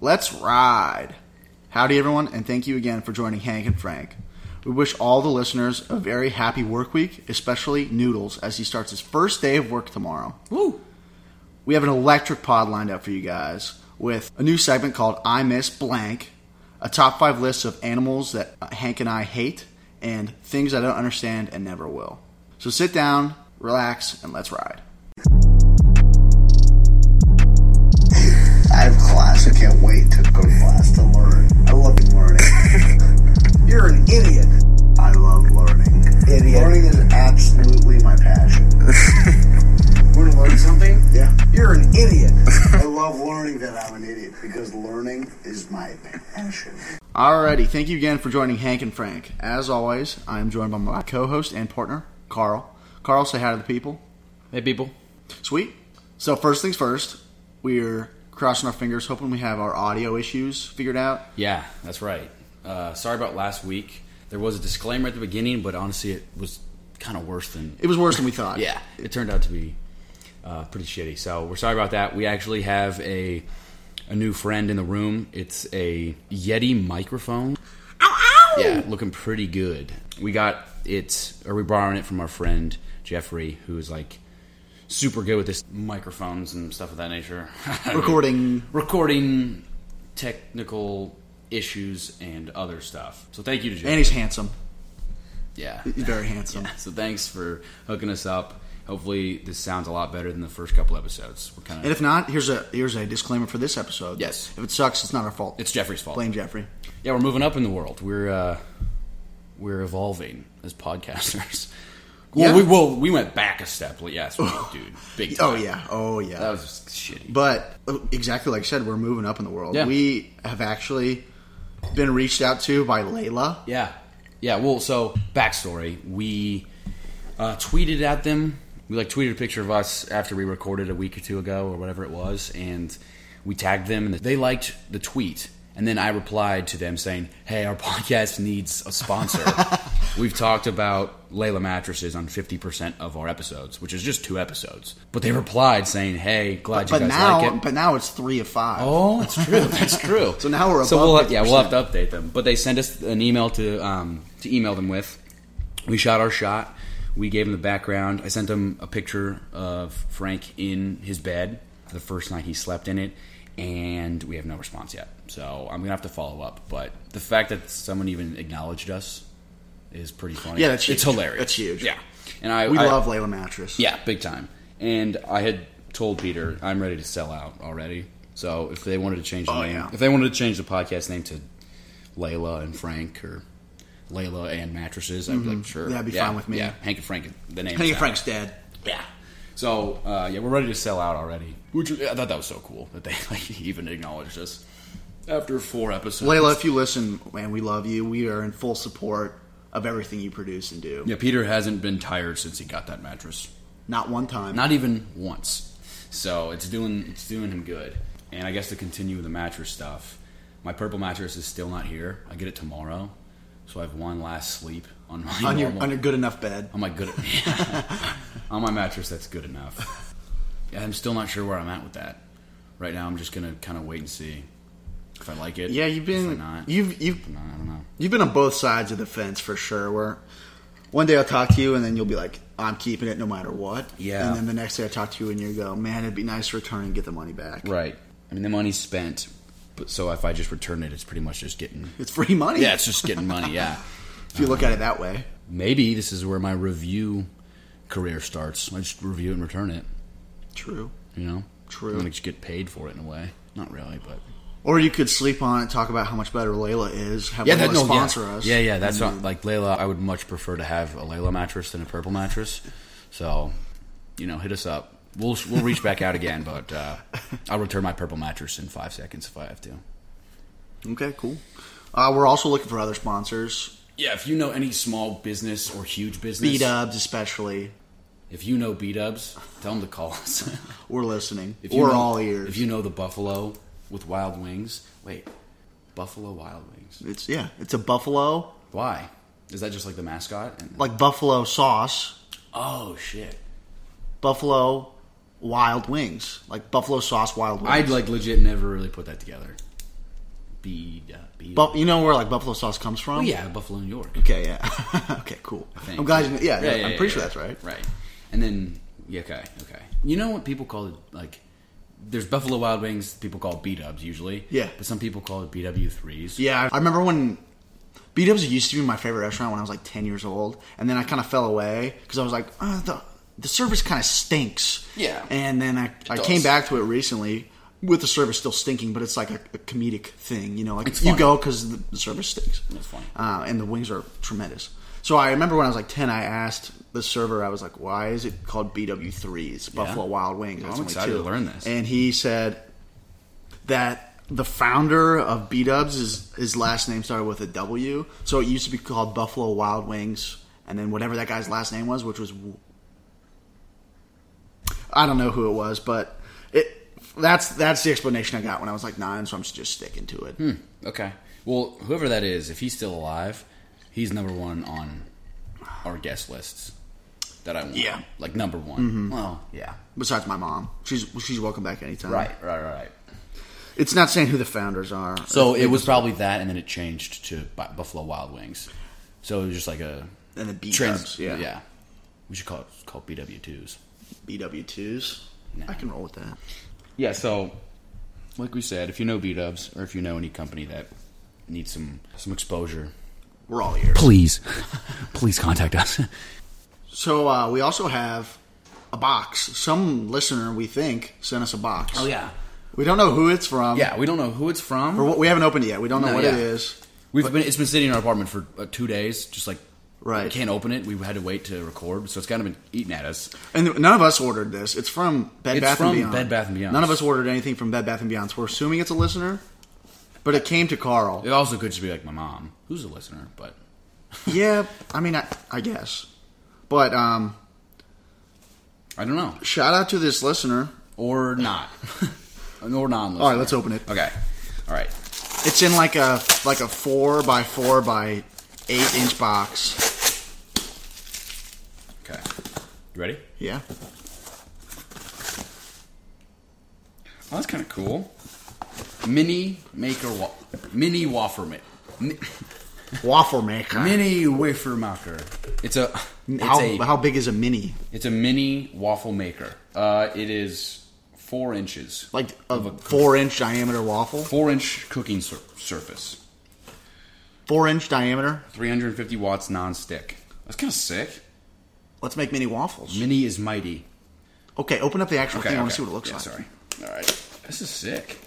Let's ride. Howdy, everyone, and thank you again for joining Hank and Frank. We wish all the listeners a very happy work week, especially Noodles, as he starts his first day of work tomorrow. Woo! We have an electric pod lined up for you guys with a new segment called I Miss Blank, a top five list of animals that uh, Hank and I hate, and things I don't understand and never will. So sit down, relax, and let's ride. I have class. I can't wait to go to class to learn. I love learning. You're an idiot. I love learning. Idiot. Learning is absolutely my passion. Want to learn something? Yeah. You're an idiot. I love learning that I'm an idiot because learning is my passion. Alrighty, thank you again for joining Hank and Frank. As always, I am joined by my co host and partner, Carl. Carl, say hi to the people. Hey, people. Sweet. So, first things first, we're crossing our fingers, hoping we have our audio issues figured out. Yeah, that's right. Uh, sorry about last week. There was a disclaimer at the beginning, but honestly, it was kind of worse than. It was worse than we thought. yeah, it turned out to be uh, pretty shitty. So we're sorry about that. We actually have a a new friend in the room. It's a Yeti microphone. Yeah, looking pretty good. We got it, or we borrowing it from our friend Jeffrey, who is like super good with this microphones and stuff of that nature. Recording. recording technical issues and other stuff. So thank you to Jeff. And he's handsome. yeah. He's very handsome. So thanks for hooking us up. Hopefully this sounds a lot better than the first couple episodes. We're kind And of if not, here's a here's a disclaimer for this episode. Yes. If it sucks, it's not our fault. it's Jeffrey's fault. blame Jeffrey. Yeah, we're moving up in the world. We're uh, we're evolving as podcasters. Well, Yeah. we well we went back a step. Well, yes, we did, dude, big. Time. Oh yeah. Oh yeah. that was shitty. But uh, exactly like I said, we're moving up in the world. Yeah. We have actually been reached out to by Layla. Yeah. Yeah. Well, so backstory: we uh, tweeted at them. We like tweeted a picture of us after we recorded a week or two ago or whatever it was, and we tagged them, and they liked the tweet. And then I replied to them saying, "Hey, our podcast needs a sponsor. We've talked about Layla mattresses on fifty percent of our episodes, which is just two episodes." But they replied saying, "Hey, glad you But guys now, like it." but now it's three of five. Oh, that's true. That's true. So now we're so above we'll have, 50%. yeah we'll have to update them. But they sent us an email to um, to email them with. We shot our shot. We gave them the background. I sent them a picture of Frank in his bed the first night he slept in it, and we have no response yet. So I'm gonna have to follow up. But the fact that someone even acknowledged us is pretty funny. Yeah, that's It's huge. hilarious. That's huge. Yeah, and I We I- love Layla mattress. yeah, big time. And I had told Peter I'm ready to sell out already. So if they wanted to change the Oh, name, yeah. if they wanted to change the podcast name to Layla and Frank or Layla and mattresses, I'd be like, sure, Mm-hmm. That'd be Yeah, fine with me. Yeah, Hank and Frank, the name. Hey, is out. Frank's dead. Yeah. So uh, yeah, we're ready to sell out already. Which I thought that was so cool that they like even acknowledged us after four episodes. Layla, if you listen, man, we love you. We are in full support of everything you produce and do. yeah, Peter hasn't been tired since he got that mattress. Not one time. Not even once. So it's doing it's doing him good. And I guess to continue the mattress stuff, my purple mattress is still not here. I get it tomorrow, so I have one last sleep on my on your normal, on your good enough bed. on my good on my mattress that's good enough. Yeah, I'm still not sure where I'm at with that. Right now, I'm just gonna kind of wait and see if I like it. Yeah, you've if I been not. you've you've No, I don't know. you've been on both sides of the fence for sure. Where one day I'll talk to you and then you'll be like, I'm keeping it no matter what. Yeah. And then the next day I talk to you and you go, man, it'd be nice to return and get the money back. Right. I mean, the money's spent, but so if I just return it, it's pretty much just getting. It's free money. Yeah, it's just getting money. Yeah. If you look at it that way. maybe this is where my review career starts. I just review it and return it. True. You know, True. I'm gonna just get paid for it in a way. Not really, but Or you could sleep on it, talk about how much better Layla is, have Layla sponsor yeah. us. Yeah, yeah, that's not, like Layla. I would much prefer to have a Layla mattress than a purple mattress. So, you know, hit us up. We'll we'll reach back out again, but uh, I'll return my purple mattress in five seconds if I have to. Okay, cool. Uh, we're also looking for other sponsors. Yeah, if you know any small business or huge business, B dubs especially. if you know B Dubs, tell them to call us. We're listening. If you We're know- all ears. If you know the buffalo with wild wings, wait, buffalo wild wings. it's yeah, it's a buffalo Why? Is that just like the mascot? And, like buffalo sauce. oh shit! buffalo wild wings, like buffalo sauce wild wings. I'd like legit never really put that together. be, uh, be Bu- you know where like buffalo sauce comes from? oh yeah, Buffalo, New York. Okay, yeah. okay, cool. I'm glad you. Yeah, yeah, I'm pretty sure yeah. that's right. Right. And then yeah, okay, okay. You know what people call it? Like, there's Buffalo Wild Wings. People call B Dubs usually. Yeah. But some people call it BW threes. Yeah, I remember when B Dubs used to be my favorite restaurant when I was like 10 years old, and then I kind of fell away because I was like, uh the the service kind of stinks. Yeah. And then I, I does. came back to it recently with the service still stinking, but it's like a, a comedic thing, you know, like It's you funny. go because the, the service stinks. It's funny. Uh, and the wings are tremendous. So I remember when I was like 10, I asked the server, I was like, why is it called BW3s, Buffalo Wild Wings? That's I'm only excited two." to learn this. And he said, that the founder of B Dubs is his last name started with a W, so it used to be called Buffalo Wild Wings, and then whatever that guy's last name was, which was I don't know who it was, but it that's that's the explanation I got when I was like nine, so I'm just sticking to it. Hmm. Okay. Well, whoever that is, if he's still alive, he's number one on our guest lists that I want. Yeah. Like number one. Well, yeah. Besides my mom, she's she's welcome back anytime. Right. Right. Right. It's not saying who the founders are. So it was probably that, and then it changed to Bu- Buffalo Wild Wings. So it was just like a and the B trans. Dubs, yeah, Yeah. We should call it it's called BW twos. BW twos. I can roll with that. Yeah, so like we said, if you know B Dubs or if you know any company that needs some some exposure, We're all ears. please, please contact us. So uh, we also have a box. Some listener, we think, sent us a box. Oh yeah, We don't know who it's from. yeah. We don't know who it's from. Or what, we haven't opened it yet. We don't know No, what yeah. it is. We've been it's been sitting in our apartment for uh, two days, just like Right. We can't open it. We had to wait to record, so it's kind of been eating at us. And none of us ordered this. It's from Bed It's Bath from and Beyond. Bed Bath and Beyond. None of us ordered anything from Bed Bath and Beyond. So we're assuming it's a listener. But it came to Carl. It also could just be like my mom, who's a listener, but yeah, I mean, I, I guess. But um, I don't know, shout out to this listener. or not, or non-listener. All right, let's open it. Okay, all right. It's in like a like a four by four by eight inch box. Okay. You ready? Yeah. Oh, that's kind of cool. Mini maker, wa- mini wafer maker, Waffle maker. mini wafer maker. It's a, it's how, a, how big is a mini? it's a mini waffle maker. Uh, it is four inches, Like a four inch diameter waffle? four inch cooking sur- surface, Four inch diameter? 350 watts non-stick. That's kind of sick. Let's make mini waffles. Mini is mighty. Okay, open up the actual Okay, thing. I want okay. to see what it looks Yeah, like. Sorry. All right. This is sick.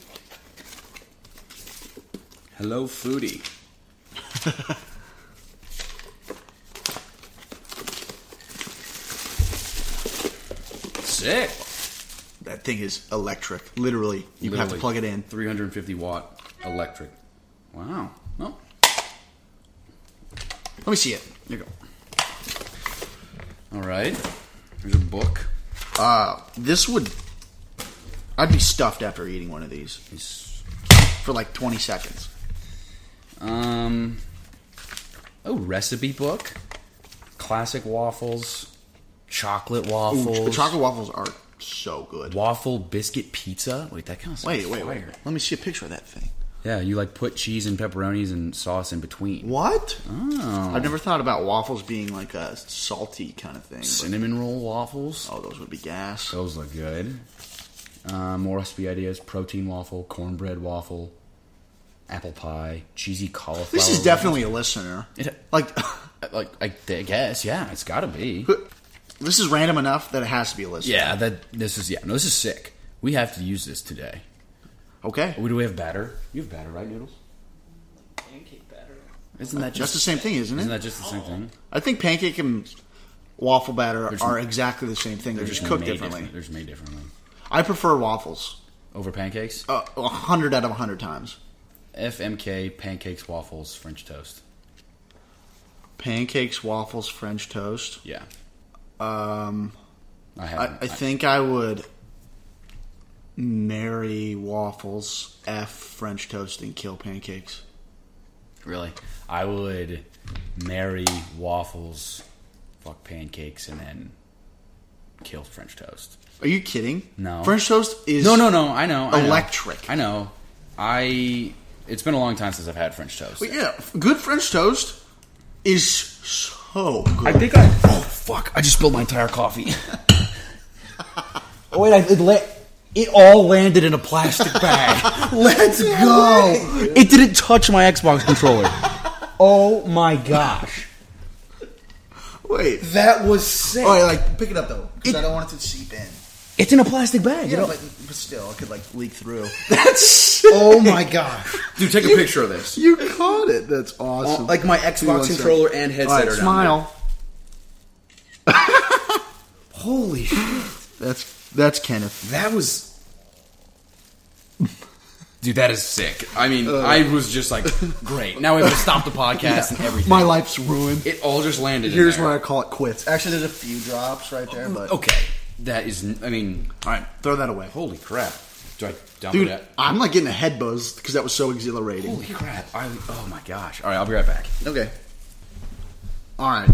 Hello, foodie. sick. That thing is electric. Literally, you have to Literally. plug it in. 350 watt electric. Wow. Well, Let me see it. there you go. All right. There's a book. This would. I'd be stuffed after eating one of these It's- for like 20 seconds. Um. Oh, recipe book. Classic waffles. Chocolate Ooh, waffles. the chocolate waffles are so good. waffle biscuit pizza. Wait, that kind of Wait, wait, wait. Let me see a picture of that thing. Yeah, you like put cheese and pepperonis and sauce in between. What? Oh. I've never thought about waffles being like a salty kind of thing. but- Cinnamon roll waffles. oh, those would be gas. Those look good. Uh, more recipe ideas: protein waffle, cornbread waffle, apple pie, cheesy cauliflower. This is waffle. definitely a listener. It- uh, Like, like I th- guess. Yeah, it's got to be. this is random enough that it has to be a listener. Yeah, that this is yeah. No, this is sick. We have to use this today. Okay. What do we have batter? You have batter, right, Noodles? pancake batter. Isn't that That's just the same thing, isn't it? Isn't that just the same thing? I think pancake and waffle batter There's- are exactly the same thing. They're just cooked made differently. Different. They're just made differently. I prefer waffles. Over pancakes? Uh, A hundred out of a hundred times. FMK pancakes, waffles, French toast. Pancakes, waffles, French toast. Yeah. Um, I I, have. I think I would marry waffles, f French toast, and kill pancakes. really. I would marry waffles, fuck pancakes, and then kill French toast. Are you kidding? No. French toast is No, no, no. I know. I know. Electric. I know. I It's been a long time since I've had French toast. But yeah, good French toast is so good. I think I. Oh fuck! I just spilled my entire coffee. oh wait, I, it, la- it all landed in a plastic bag. Let's go! It didn't touch my Xbox controller. oh my gosh, Wait. that was sick! All right, like pick it up though, because It- I don't want it to seep in. It's in a plastic bag. Yeah, you know? but, but still, it could like leak through. oh my gosh, dude! Take a picture of this. you caught it. That's awesome. Like my Give me one Xbox second. controller and headset All right, are down smile. there. Holy shit! That's that's Kenneth. That was. Dude, that is sick. I mean, I was just like, great. Now we have to stop the podcast and everything. My life's ruined. It all just landed. in Here's there. where I call it quits. Actually, there's a few drops right there, but Okay, that is. I mean, all right, throw that away, holy crap! Do I dump it? dude. out? I'm like getting a head buzz because that was so exhilarating. Holy crap! I, oh my gosh! All right, I'll be right back. Okay. All right.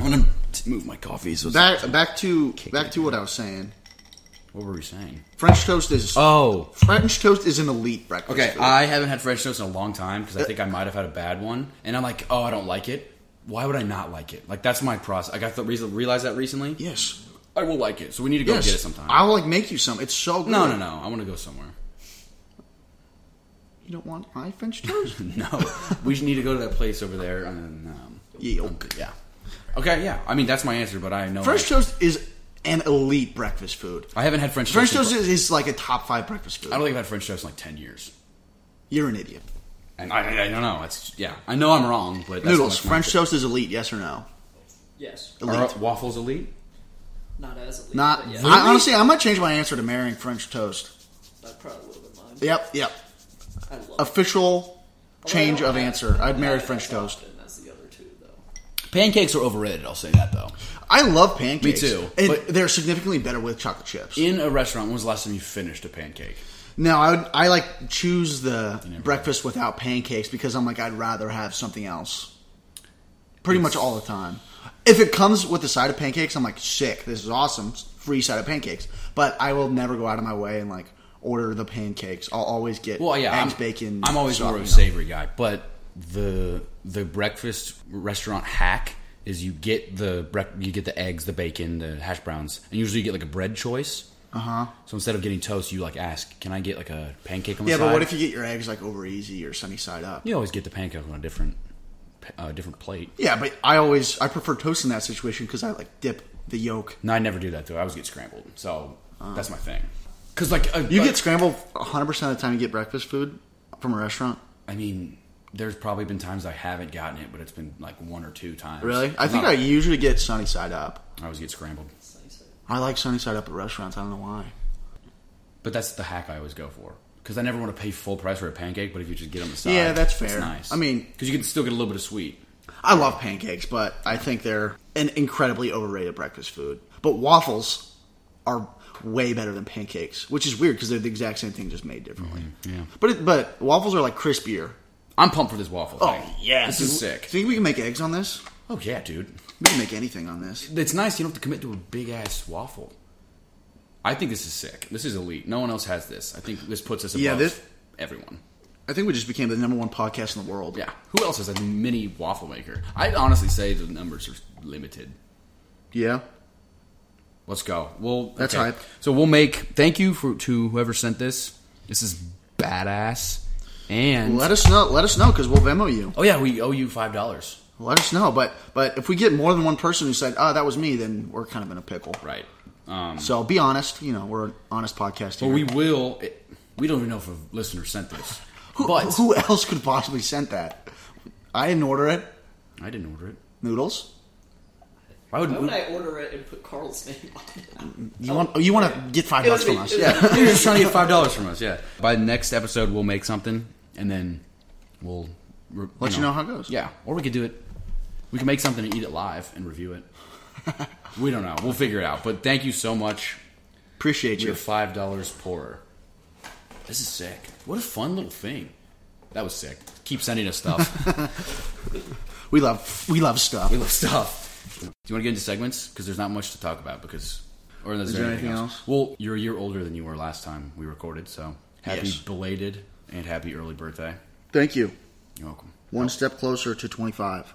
I'm gonna t- move my coffee. So it's- Back back to back to what I was saying. what were we saying? French toast is Oh, French toast is an elite breakfast. okay. uh, food. I haven't had French toast in a long time because I think I might have had a bad one, and I'm like, oh, I don't like it. Why would I not like it? Like that's my process. Like, I got the reason realize that recently. yes. I will like it. So we need to go yes. get it sometime. I'll like make you some. It's so good. no, no, no. I want to go somewhere. You don't want my French toast? No, we just need to go to that place over there. And, um, Yeah, um, okay. yeah. Okay, yeah. I mean, that's my answer, but I know French toast is an elite breakfast food. I haven't had French French toast. in- toast is, is like a top five breakfast I food. don't think I've had French toast in like ten years. You're an idiot. And I, I, I don't know. It's yeah. I know I'm wrong, but that's Noodles. how much my- French toast is elite. Yes or no? Yes. Elite. Are waffles elite. Not as elite. Not. But yes. I, honestly, I might change my answer to marrying French toast. I probably would have been mine. Yep. Yep. I love it. Official change Although I of don't answer. have- I'd marry not as French toast. often as the other two, though. Pancakes are overrated. I'll say that though. I love pancakes. Me too, And but- they're significantly better with chocolate chips. In a restaurant, when was the last time you finished a pancake? No, I would, I like choose the breakfast without pancakes because I'm like I'd rather have something else. Pretty much all the time. If it comes with a side of pancakes, I'm like sick. This is awesome, free side of pancakes. But I will never go out of my way and like order the pancakes. I'll always get Well, yeah, eggs, I'm, bacon. I'm always stuff, more of a you know. savory guy, but the the breakfast restaurant hack is you get the brec- you get the eggs, the bacon, the hash browns, and usually you get like a bread choice. Uh Uh-huh. huh. So instead of getting toast, you like ask, "Can I get like a pancake on the Yeah, side?" but what if you get your eggs like over easy or sunny side up? you always get the pancake on a different pa- uh, different plate? Yeah, but I always I prefer toast in that situation because I like dip the yolk. No, I never do that though. I always get scrambled, so that's my thing. Because like a, Ah. You a- get scrambled 100 percent of the time you get breakfast food from a restaurant. I mean, there's probably been times I haven't gotten it, but it's been like one or two times. Really? I I'm think not- I usually get sunny side up. I always get scrambled. So you said- I like sunny side up at restaurants. I don't know why. But that's the hack I always go for because I never want to pay full price for a pancake. But if you just get on the side, Yeah, that's it's fair. nice. I mean- because you can still get a little bit of sweet. I love pancakes, but I think they're an incredibly overrated breakfast food. But waffles are way better than pancakes, which is weird because they're the exact same thing, just made differently. Mm-hmm. yeah. But it, but waffles are like crispier. I'm pumped for this waffle. thing. this Oh, Dude, is sick. Do you think we can make eggs on this? Oh yeah, dude, We can make anything on this. it's nice. You don't have to commit to a big ass waffle. I think this is sick. This is elite. No one else has this. I think this puts us above Yeah, this- everyone. I think we just became the number one podcast in the world. Yeah, who else has a mini waffle maker? I'd honestly say the numbers are limited. Yeah. Let's go. Well, That's okay. hype. So we'll make. Thank you for to whoever sent this. This is badass. And Let us know. Let us know because we'll Venmo you. oh yeah, we owe you five dollars. Let us know. But but if we get more than one person who said, "Oh, that was me," then we're kind of in a pickle. Right. Um, So be honest. You know, we're an honest podcast here. but we will. It, we don't even know if a listener sent this, who, but who else could possibly send that? I didn't order it. I didn't order it. Noodles. Why would, Why would I order it and put Carl's name on it? You want oh, you want to get five It bucks was from me. us? It was Yeah. You're just trying to get five dollars from us. Yeah. By the next episode, we'll make something, and then we'll re- Let you know how it goes. Yeah. Or we could do it. We can make something and eat it live and review it. we don't know. We'll figure it out. But thank you so much. Appreciate You're you. five dollars poorer. This is sick. What a fun little thing. That was sick. Keep sending us stuff. We love we love stuff. we love stuff. Do you want to get into segments? Because there's not much to talk about. Because or is, there anything, else? Well, you're a year older than you were last time we recorded, so happy Yes. belated and happy early birthday. Thank you. You're welcome. One step closer to 25.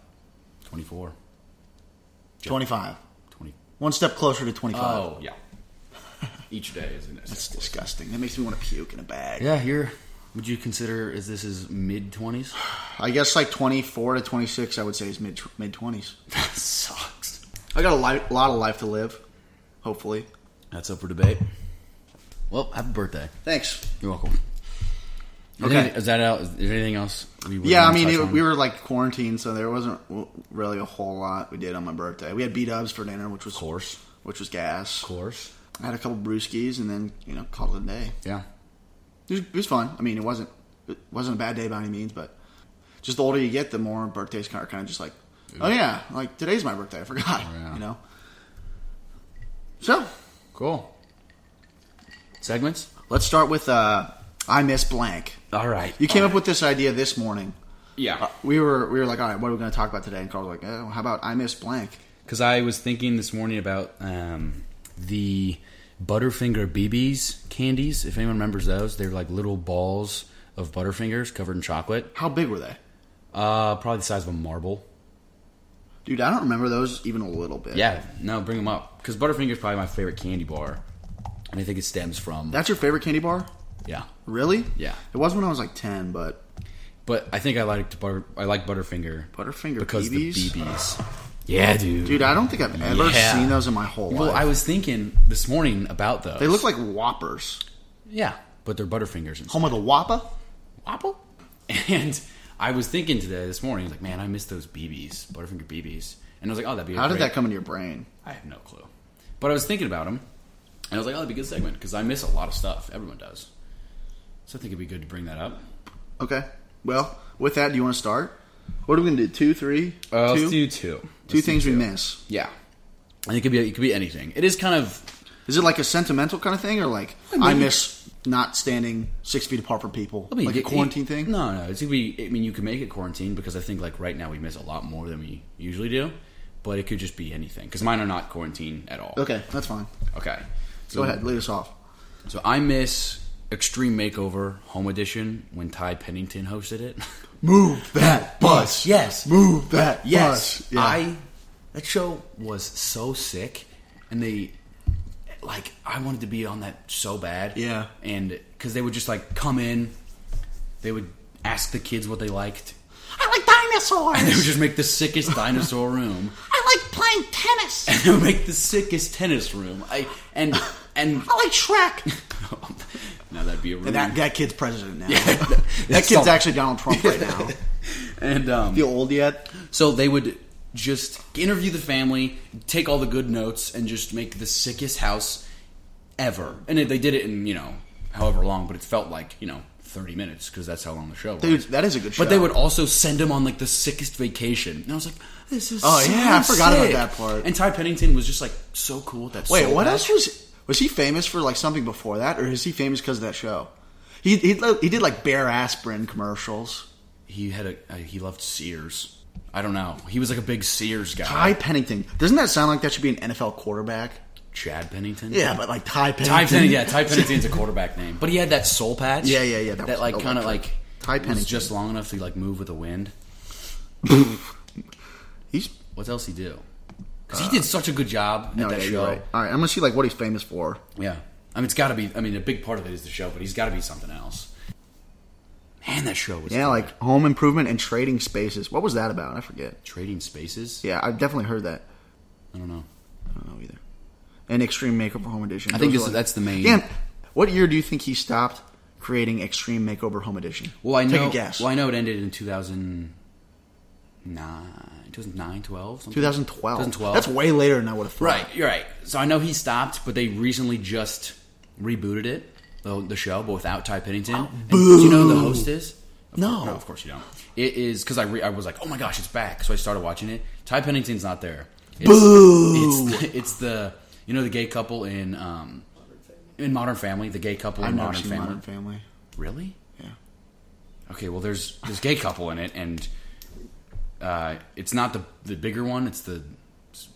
24. 25. 20. One step closer to 25. Oh, yeah. Each day is an That's disgusting. That makes me want to puke in a bag. Yeah, you're. Would you consider is this is mid twenties? I guess like 24 to 26, I would say, is mid mid 20s. That sucks. I got a li- lot of life to live, hopefully. That's up for debate. Well, happy birthday. Thanks. You're welcome. Okay, Okay. is that out? Is there anything else? We would Yeah, I wanna mean, touch it, on? we were like quarantined, so there wasn't w- really a whole lot we did on my birthday. We had B Dubs for dinner, which was course. which was gas. Of course. I had a couple brewskis, and then you know called it a day. Yeah. It was, it was fun. I mean, it wasn't it wasn't a bad day by any means, but just the older you get, the more birthdays kind of kind of just like, oh yeah, like today's my birthday. I forgot, Oh, yeah. you know. So Cool. Segments. let's start with uh, I miss blank. All right. Uh, You came up with this idea this morning. Uh, yeah. We were we were like, all right, what are we going to talk about today? And Carl was like, oh, how about I miss blank? because I was thinking this morning about um, the Butterfinger BBs candies. If anyone remembers those, they're like little balls of Butterfingers covered in chocolate. How big were they? Uh, probably the size of a marble. Dude, I don't remember those even a little bit. Yeah, no, bring them up because Butterfinger's probably my favorite candy bar, and I think it stems from That's your favorite candy bar? yeah. Really? Yeah. It was when I was like 10, but But I think I liked butter. I like Butterfinger Butterfinger because BBs? the BBs. Yeah, dude. Dude, I don't think I've ever Yeah. seen those in my whole well, life. I was thinking this morning about those. they look like Whoppers. yeah, but they're Butterfingers. Instead. Home of the Whoppa? Apple. And I was thinking today, this morning, like, man, I miss those BBs, Butterfinger BBs. And I was like, oh, that'd be. A How did great- that come into your brain? I have no clue. But I was thinking about them, and I was like, oh, that'd be a good segment because I miss a lot of stuff. Everyone does. So I think it'd be good to bring that up. Okay. Well, with that, do you want to start? What are we going to do? Two, three, Uh, two? Let's do 2 Let's Two do things we miss. Yeah. And it could be it could be anything. It is kind of Is it like a sentimental kind of thing, or like I, mean- miss not standing six feet apart from people, I mean, like it- a quarantine thing? No, no, it's gonna be. I mean, you can make it quarantine because I think like right now we miss a lot more than we usually do, but it could just be anything because mine are not quarantine at all. Okay, that's fine. Okay. So Go ahead, lead us off. So I miss Extreme Makeover Home Edition when Ty Pennington hosted it. Move that bus. Yes. Move that Yes, bus. Yeah. I. That show was so sick, and they like I wanted to be on that so bad. Yeah. and because they would just like come in, they would ask the kids what they liked. I like dinosaurs. They would just make the sickest dinosaur room. I like playing tennis. They would make the sickest tennis room. I and and like Shrek. now that'd be a room. That, that kid's president now. that That's kid's all. actually Donald Trump right now. and um, Feel old yet? So they would just interview the family, take all the good notes, and just make the sickest house ever. And they did it in you know however long, but it felt like you know thirty minutes because that's how long the show was. Dude, that is a good show. but they would also send him on like the sickest vacation, and I was like, "This is Oh, so yeah, I forgot about sick. that part. And Ty Pennington was just like so cool. That's Wait, what else was was he famous for? Like something before that, or is he famous because of that show? He he lo- he did like Bear aspirin commercials. He had a uh, he loved Sears. I don't know. He was like a big Sears guy. Ty Pennington. Doesn't that sound like that should be an NFL quarterback? Chad Pennington. Yeah, but like Ty Pennington. Ty Pennington, yeah, Ty Pennington's a quarterback name, but he had that soul patch. Yeah, yeah, yeah, That, that was like kind of electric. like Ty was Pennington. just long enough to like move with the wind. He's What else he do? Because he did such a good job Uh, no, at that yeah, show. you're right. All right, I'm gonna see like what he's famous for. Yeah, I mean it's got to be. I mean a big part of it is the show, but he's got to be something else. Man, that show was Yeah, good. like home improvement and trading spaces. What was that about? I forget. trading spaces. Yeah, I've definitely heard that. I don't know. I don't know either. And Extreme Makeover Home Edition. I think Those this, are, like- that's the main. Dan, what year do you think he stopped creating Extreme Makeover Home Edition? Well, I know. Take a guess. Well, I know it ended in 2009, 2009, 12, something. 2012. 2012. That's way later than I would have thought. Right, you're right. So I know he stopped, but they recently just rebooted it, the, the show, but without Ty Pennington. And Do you know who the host is? Of No. course- no, of course you don't. It is because I re- I was like, oh my gosh, it's back. So I started watching it. Ty Pennington's not there. It's, Boo! It's the, it's the you know the gay couple in um in Modern Family, the gay couple in I've never Modern seen Family. Modern Family. Really? Yeah. Okay, well there's this gay couple in it, and uh, it's not the the bigger one. It's the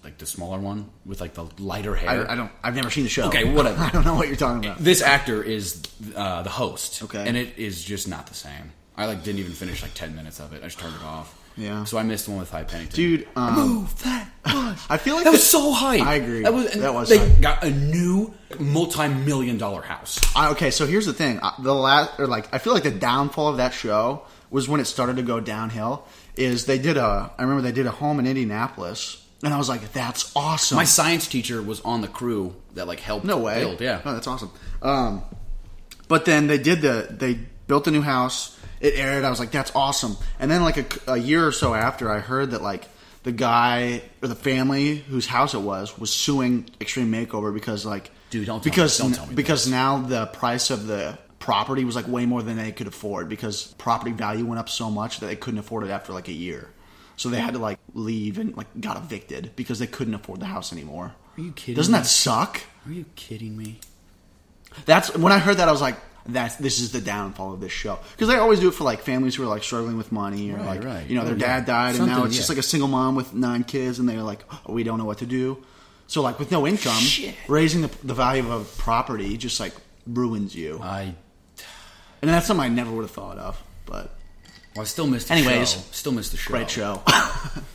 like the smaller one with like the lighter hair. I, I don't. I've never seen the show. Okay, whatever. I don't know what you're talking about. This actor is uh, the host. Okay. And it is just not the same. I like didn't even finish like ten minutes of it. I just turned it off. Yeah. So I missed one with High Pennington. Dude, um, move that bush. I feel like that was that- so hype. I agree. That was. That was They hype. got a new multi-million dollar house. I, okay, so here's the thing. I- The last, or like, I feel like the downfall of that show was when it started to go downhill. Is they did a, I remember they did a home in Indianapolis, and I was like, that's awesome. My science teacher was on the crew that like helped. no way, Build. Yeah. no, that's awesome. Um, but then they did the, they built a new house. It aired. I was like, that's awesome. And then like a, c- a year or so after, I heard that like the guy or the family whose house it was was suing Extreme Makeover because like, Dude, don't tell me- because don't tell me because because now the price of the property was like way more than they could afford because property value went up so much that they couldn't afford it after like a year. So they had to like leave and like got evicted because they couldn't afford the house anymore. Are you kidding Doesn't me? that suck? Are you kidding me? That's when I heard that I was like, that's this is the downfall of this show because they always do it for like families who are like struggling with money or Right, like right. you know their Oh, yeah. dad died and now Something, it's just yeah. like a single mom with nine kids and they're like "Oh, we don't know what to do. So like with no income, Shit. raising the, the value of a property just like ruins you. I. And that's something I never would have thought of, but Well, I still missed. The Anyways, show. still missed the show. great show.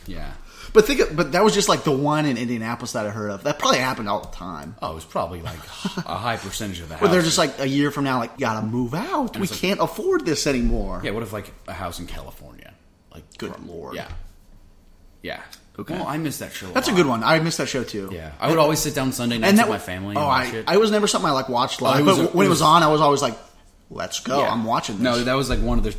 Yeah. but think, of, but that was just like the one in Indianapolis that I heard of. That probably happened all the time. Oh, it was probably like a high percentage of the house. Where they're just like a year from now, like gotta move out. We it's like- can't afford this anymore. yeah. What if like a house in California? Like, Good lord. yeah, yeah. Okay. Well, I missed that show. that's a lot. good one. I missed that show too. Yeah, I would always sit down Sunday nights and that with my w- family. Oh, and watch I, it. Oh, I was never something I like watched live, it was but a- when it it was was- on, I was always like, "Let's go! Yeah. I'm watching this." No, that was like one of the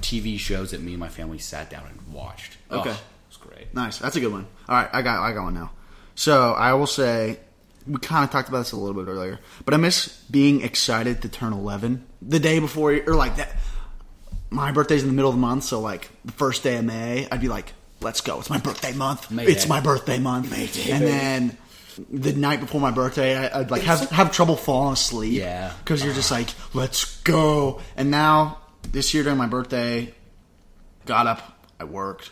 TV shows that me and my family sat down and watched. Ugh, Okay. it was great. Nice. That's a good one. All right, I got I got one now. So I will say we kind of talked about this a little bit earlier, but I miss being excited to turn eleven the day before or like that. My birthday's in the middle of the month, so like the first day of May, I'd be like, "Let's go! It's my birthday month. May it's Day. my birthday month." and then the night before my birthday, I, I'd like have have trouble falling asleep. Yeah. because you're just like, "Let's go!" And now this year during my birthday, got up, I worked,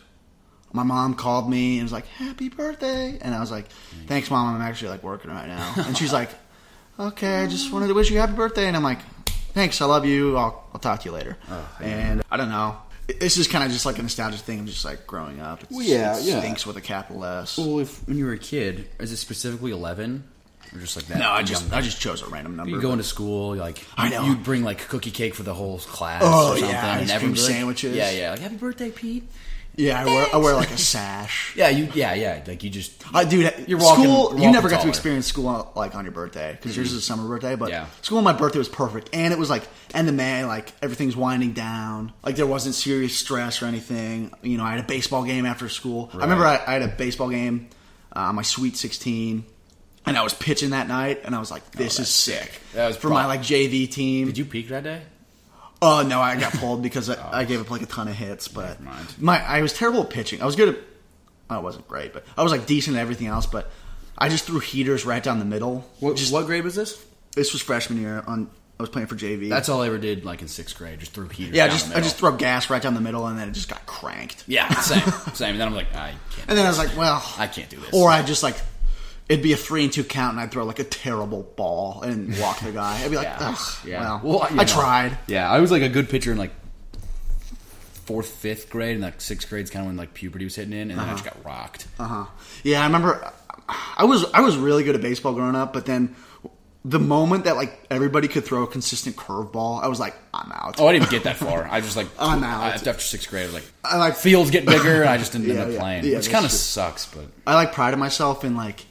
my mom called me and was like, "Happy birthday!" And I was like, "Thanks, mom. I'm actually like working right now." And she's like, "Okay, I just wanted to wish you happy birthday." And I'm like, "Thanks, I love you. I'll, I'll talk to you later." Oh, and I don't know. It- It's just kind of just like a nostalgic thing of just like growing up. It's, yeah, it yeah. Stinks with a capital S. Well, if when you were a kid, is it specifically eleven or just like that? no, I just young- I just chose a random number. you go into school, you're like I know. you'd bring like cookie cake for the whole class. Oh, or yeah, something, ice and cream everyone sandwiches. Yeah, yeah. Like happy birthday, Pete. yeah, I wear I wear like a sash. Yeah, you. Yeah, yeah. Like you just. Uh, dude, You're walking- school. you're you walking never got to taller. experience school on, like on your birthday because yours is a summer birthday. But Yeah. school on my birthday was perfect, and it was like end of May, like everything's winding down. Like there wasn't serious stress or anything. You know, I had a baseball game after school. I remember I, I had a baseball game, uh, my Sweet Sixteen, and I was pitching that night, and I was like, "This is sick." Oh, That was for prob- my like JV team. Did you peak that day? Oh no, I got pulled because I, I gave up like a ton of hits. But Oh. Never mind. my I was terrible at pitching. I was good at I wasn't great, but I was like decent at everything else. But I just threw heaters right down the middle. What, Just- what grade was this? This was freshman year. On I was playing for JV. That's all I ever did, like in sixth grade, just threw heaters. yeah. I down just the I middle. just threw up gas right down the middle, and then it just got cranked. Yeah, same, same. And then I'm like, I can't. And then I was like, well, I can't do this. Or I just like. It'd be a three and two count, and I'd throw like a terrible ball and walk the guy. I'd be like, Yeah. ugh, Yeah. well, Well, you I know. tried. Yeah, I was like a good pitcher in like fourth, fifth grade, and like sixth grade's kind of when like puberty was hitting in, and then I just got rocked. Uh-huh. Yeah, I remember. I was I was really good at baseball growing up, but then the moment that like everybody could throw a consistent curveball, I was like, I'm out. Oh, I didn't even get that far. I just like I'm out. After, after sixth grade, I was like, I like fields get bigger. and I just didn't Yeah, end yeah. up playing, Yeah, which that's kind of true. sucks. But I like prided myself in like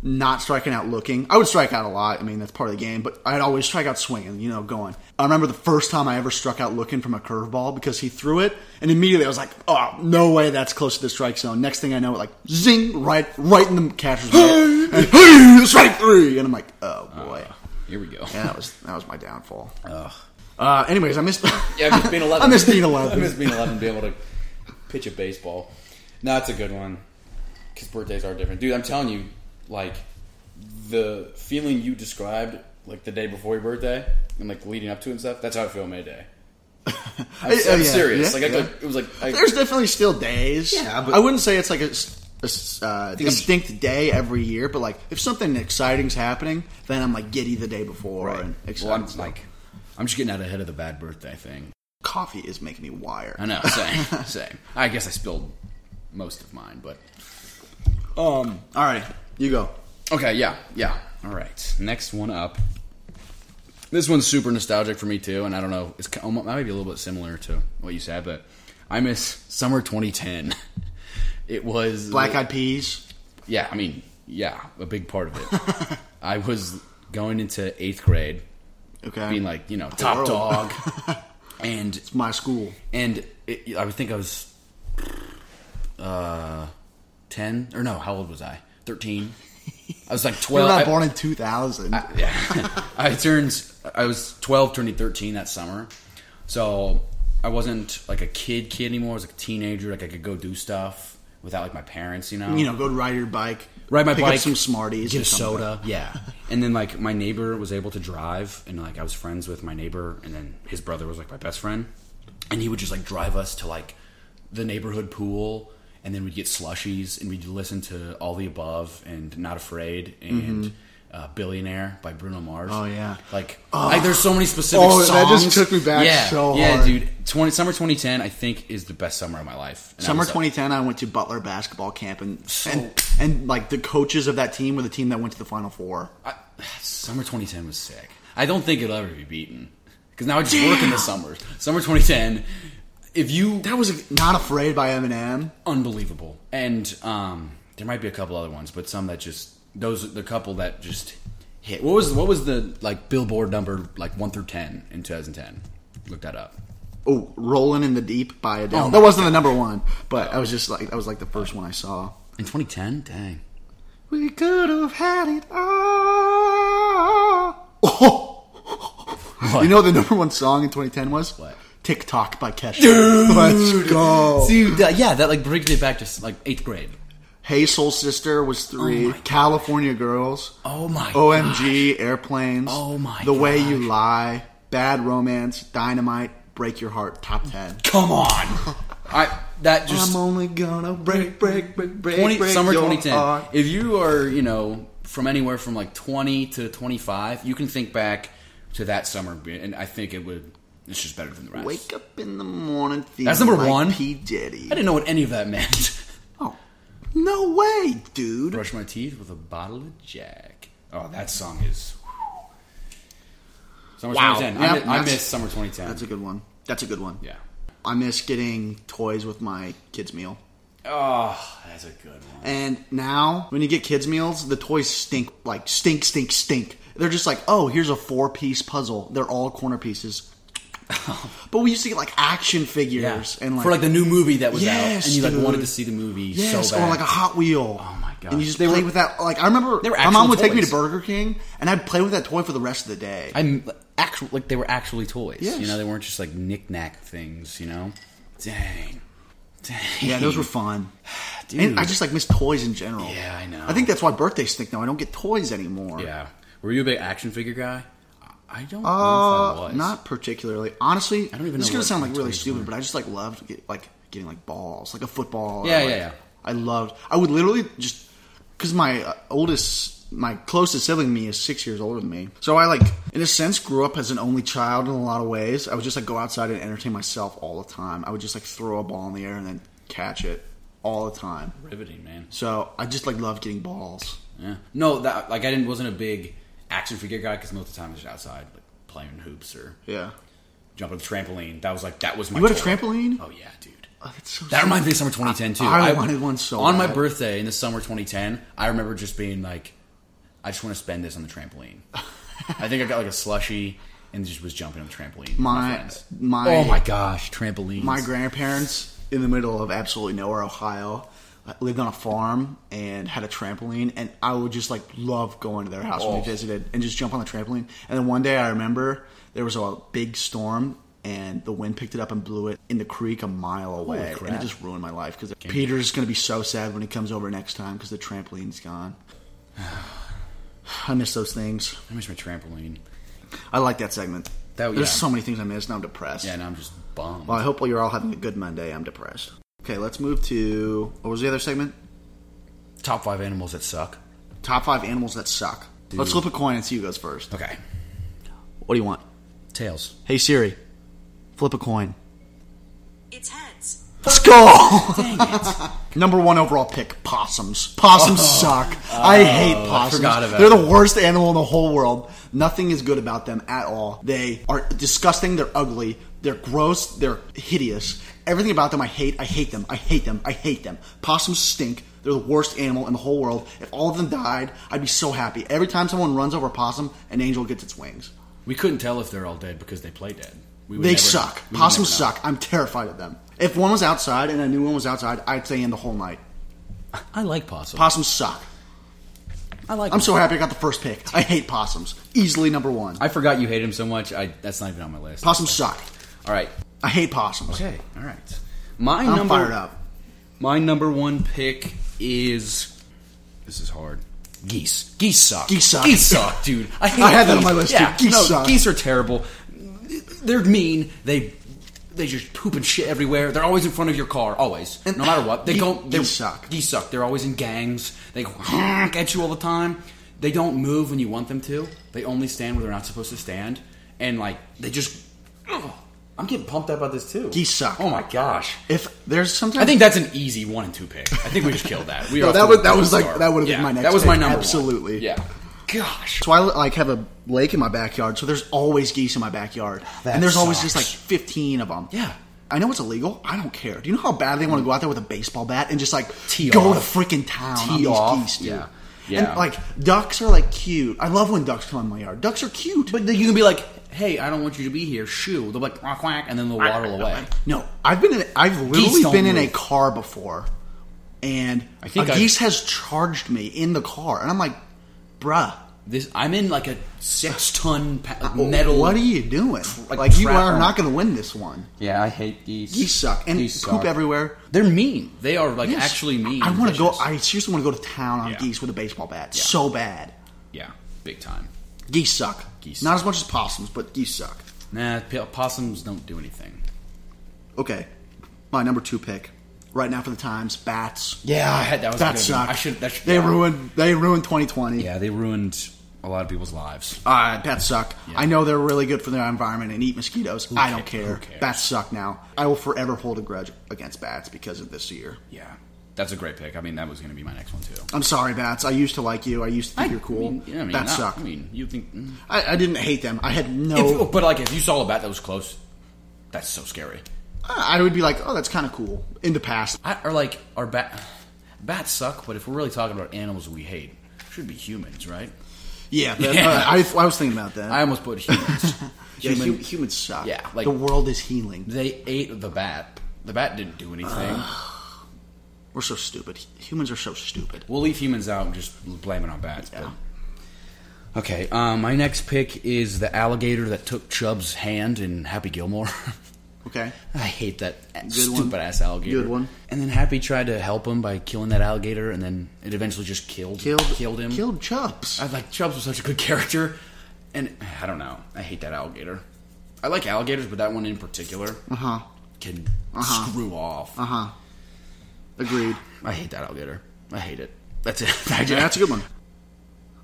not striking out looking. I would strike out a lot. I mean, that's part of the game, but I'd always strike out swinging, you know, going. I remember the first time I ever struck out looking from a curveball because he threw it and immediately I was like, "Oh, no way that's close to the strike zone." Next thing I know, it like zing right right in the catcher's mitt. and hey, strike 3. And I'm like, "Oh boy." here we go. Yeah, that was that was my downfall. Uh, anyways, I missed. Yeah, I miss being eleven. I missed being I eleven. miss being eleven. Be able to pitch a baseball. No, that's a good one. Because birthdays are different, dude. I'm telling you, like the feeling you described, like the day before your birthday and like leading up to it and stuff. That's how I feel on May Day. I'm, Oh, I'm yeah, serious. yeah, like I yeah. could, it was like I, There's definitely still days. Yeah, but- I wouldn't say it's like a, s- a s- uh, I'm- distinct day every year. But like, if something exciting's happening, then I'm like giddy the day before. And Well, I'm excited. like I'm just getting out ahead of the bad birthday thing. coffee is making me wire. I know. Same. same. I guess I spilled most of mine, but Um. All right, you go. okay. Yeah. Yeah. All right. Next one up. This one's super nostalgic for me too, and I don't know. It's ki- almo- maybe a little bit similar to what you said, but I miss summer 2010. It was Black Eyed Peas. yeah, I mean, yeah, a big part of it. I was going into eighth grade, Okay. being like, you know, top world. dog, and it's my school. and it, I would think I was uh ten or no, how old was I? Thirteen. I was like Well, twelve. you were not I- born in 2000. yeah. I turned I was 12 turning 13 that summer. So I wasn't like a kid kid anymore. I was like a teenager like I could go do stuff without like my parents, you know. you know, go ride your bike. ride my pick bike, Up some Smarties. get or a something. soda. Yeah. And then like my neighbor was able to drive and like I was friends with my neighbor and then his brother was like my best friend and he would just like drive us to like the neighborhood pool and then we'd get slushies and we'd listen to all the above and not afraid and uh, billionaire by Bruno Mars. Mm-hmm. Oh, yeah. Like, like there's so many specific Oh, that songs. just took me back yeah, so yeah, hard. dude. 20, summer 2010 I think is the best summer of my life. And I Summer was, like, 2010, I went to Butler basketball camp, and, and and like the coaches of that team were the team that went to the Final Four. I, summer 2010 was sick. I don't think it'll ever be beaten because now I just work in the summers. Summer 2010, if you That was not afraid by Eminem. unbelievable, and um, there might be a couple other ones, but some that just those the couple that just hit. What was what was the like Billboard number like one through ten in 2010? Look that up. Oh, "Rolling in the Deep" by Adele. Oh, that my wasn't the number one, but I was just like that was like the first one I saw. In 2010, dang. We could have had it all. Oh. You know what the number one song in 2010 was What? TikTok by Kesha. Let's go. Dude, Oh. that- yeah, that like brings it back to like eighth grade. Hey Soul Sister was three. Oh my California Girls. Oh my. OMG, Airplanes. Oh my The Way gosh. You Lie. Bad Romance. Dynamite. Break Your Heart. Top 10. come on. I that just I'm only gonna break, break, break, break. 20, break summer your 2010. heart. If you are, you know, from anywhere from like 20 to 25, you can think back to that summer, and I think it would. It's just better than the rest. Wake up in the morning. Feeling That's number like one? P. Diddy. I didn't know what any of that meant. Oh, no way, dude. Brush my teeth with a bottle of Jack. Oh, that song is. Summer Wow. 2010. Yeah, I, mi- I that's- miss summer 2010. That's a good one. That's a good one. yeah. I miss getting toys with my kids' meal. Oh, that's a good one. And now, when you get kids' meals, the toys stink like stink, stink, stink. They're just like, oh, here's a four piece puzzle. They're all corner pieces. but we used to get like action figures and like, for like the new movie that was out, Yes, and you like dude. wanted to see the movie yes, so bad. or like a Hot Wheel. Oh my gosh. And you just They play were- with that. Like I remember, They were my mom actual would take me to toys. Burger King, and I'd play with that toy for the rest of the day. I'm actual like they were actually toys. Yes. You know, they weren't just like knick-knack things, you know? Dang. Dang. yeah, those were fun. Dude. And I just like miss toys in general. Yeah, I know. I think that's why birthdays stink now. I don't get toys anymore. Yeah. Were you a big action figure guy? I- I don't know if I Uh, was. not particularly. Honestly, don't even this is know gonna what sound like my really toys stupid, were. but I just like loved get, like getting like balls, like a football. or, Yeah, like- yeah, yeah. I loved. I would literally just because my uh, oldest, my closest sibling, to me is six years older than me. So I like, in a sense, grew up as an only child in a lot of ways. I would just like go outside and entertain myself all the time. I would just like throw a ball in the air and then catch it all the time. riveting, man. So I just like loved getting balls. Yeah. No, that like I didn't wasn't a big action figure guy cuz most of the time I was just outside like playing hoops or Yeah. jumping the trampoline. That was like that was my You had a toy. trampoline? Oh yeah, dude. Oh, that's so That reminds me of summer 2010 too. I wanted one so on my bad. birthday in the summer 2010. I remember just being like, I just want to spend this on the trampoline. I think I got like a slushy and just was jumping on the trampoline. with My- friends. my- oh my gosh, trampolines. my grandparents in the middle of absolutely nowhere ohio uh, lived on a farm and had a trampoline and i would just like love going to their house when Oh. we visited and just jump on the trampoline and then one day i remember there was a big storm and the wind picked it up and blew it in the creek a mile away and it crap. just ruined my life because peter's going to be so sad when he comes over next time because the trampoline's gone i miss those things I miss my trampoline. i like that segment That- there's yeah. so many things i miss and i'm depressed Yeah, now I'm just bummed. well, I hope you're all having a good Monday. I'm depressed. Okay, let's move to what was the other segment? Top five animals that suck. Top five animals that suck. Let's flip a coin and see who goes first. Okay, What do you want? tails. Hey Siri, Flip a coin. It's heads. Let's go. Number one overall pick: possums. Possums suck. I hate possums. Oh. forgot about They're it. the worst animal in the whole world. Nothing is good about them at all. They are disgusting. They're ugly. They're gross. They're hideous. Everything about them I hate. I hate them. I hate them. I hate them. Possums stink. They're the worst animal in the whole world. If all of them died, I'd be so happy. Every time someone runs over a possum, an angel gets its wings. We couldn't tell if they're all dead because they play dead. We would They never- suck. we would Possums never know. suck. I'm terrified of them. If one was outside and I knew one was outside, I'd stay in the whole night. I like possums. Possums suck. I like. I'm so happy I got the first pick. I hate possums. Easily number one. I forgot you hate him so much. I that's not even on my list. Possums suck. All right. I hate possums. Okay. All right. My I'm number. fired up. My number one pick is. This is hard. Geese. Geese suck. Geese suck. Geese suck, dude. I, hate I had that on geese. my list, Yeah, too. Geese no, suck. Geese are terrible. They're mean. They they just poop and shit everywhere. They're always in front of your car. Always, no matter what. They Ge- don't. They geese suck. Geese suck. They're always in gangs. They go honk at you all the time. They don't move when you want them to. They only stand where they're not supposed to stand. And like they just. Ugh. I'm getting pumped up about this too. Geese suck. Oh my gosh. If there's sometimes I think that's an easy one and two pick. I think we just killed that. We No, are that off was- to a that good was like- start. that would've been my next That was my pick. number. one. Absolutely. Yeah. Gosh. so I like have a lake in my backyard, so there's always geese in my backyard, and there's always just like sucks. 15 of them. Yeah. I know it's illegal. I don't care. Do you know how bad they want to go out there with a baseball bat and just like Tee go off. to freaking town on Tee these off. geese, dude? Yeah. And Yeah. like ducks are like cute. I love when ducks come in my yard. Ducks are cute. But then you can be like, "Hey, I don't want you to be here." Shoo. They'll be like quack quack, and then they'll waddle away. No, I've been in. I've literally don't been in a move. car before, and I think a I- geese has charged me in the car, and I'm like, "Bruh, This I'm in like a six ton pa- metal. what are you doing? Like, Like you trap are on. not going to win this one. Yeah, I hate geese. Geese suck and Geese poop suck. everywhere. They're mean. They are like Yes. actually mean. I want to go. vicious. I seriously want to go to town on Yeah. geese with a baseball bat. So bad. yeah, big time. Geese suck. Geese Not suck. as much as possums, but geese suck. Nah, p- possums don't do anything. Okay, my number two pick right now for the Times bats. Yeah, I had that was a That good one. sucked. I should. That should They yeah. ruined. They ruined 2020. Yeah, they ruined a lot of people's lives. Uh, bats suck. Yeah. I know they're really good for their environment and eat mosquitoes. I don't ca- care. who cares? Bats suck now. I will forever hold a grudge against bats because of this year. Yeah, that's a great pick. I mean, that was going to be my next one too. I'm sorry, bats. I used to like you. I used to think you're cool. I mean, yeah, I mean, bats not- suck. I mean, you think, mm. I, I didn't hate them. I had no. If- oh, but like if you saw a bat that was close, that's so scary. I would be like, oh, that's kind of cool. In the past, I, or like our bat, bats suck. But if we're really talking about animals we hate, it should be humans, right? yeah. that- Yeah. uh, I, I was thinking about that. I almost put humans. yeah, human- hu- humans suck. Yeah, like- the world is healing. they ate the bat. The bat didn't do anything. We're so stupid. Humans are so stupid. We'll leave humans out and just blame it on bats. Yeah. But. Okay, um, my next pick is the alligator that took Chubb's hand in Happy Gilmore. Okay. I hate that one. stupid ass alligator. Good one. And then Happy tried to help him by killing that alligator, and then it eventually just killed Killed. killed him. Killed Chubbs. I like Chubbs was such a good character, and I don't know. I hate that alligator. I like alligators, but that one in particular Uh huh. can screw off. Uh huh. Agreed. I hate that alligator. I hate it. That's it. I Yeah, just- that's a good one.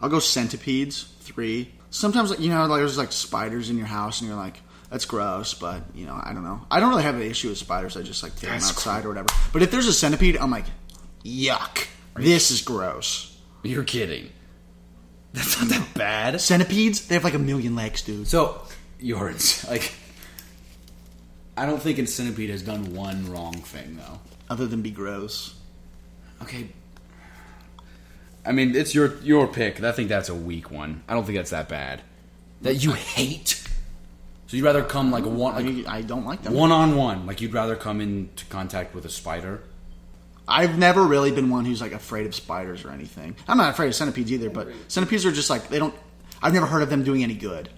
I'll go centipedes three. Sometimes like, you know, like there's like spiders in your house, and you're like, that's gross. But you know, I don't know. I don't really have an issue with spiders. I just like take That's them outside or whatever. But if there's a centipede, I'm like, yuck. This is gross. You're kidding. That's not that bad. Centipedes, they have like a million legs, dude. So you're ins- like, I don't think Centipede has done one wrong thing though. Other than be gross. Okay. I mean, it's your your pick. I think that's a weak one. I don't think that's that bad. That you hate. So you'd rather come like I, one mean, like I don't like them. one on one. Like you'd rather come into contact with a spider. I've never really been one who's like afraid of spiders or anything. I'm not afraid of centipedes either, but centipedes are just like they don't. I've never heard of them doing any good.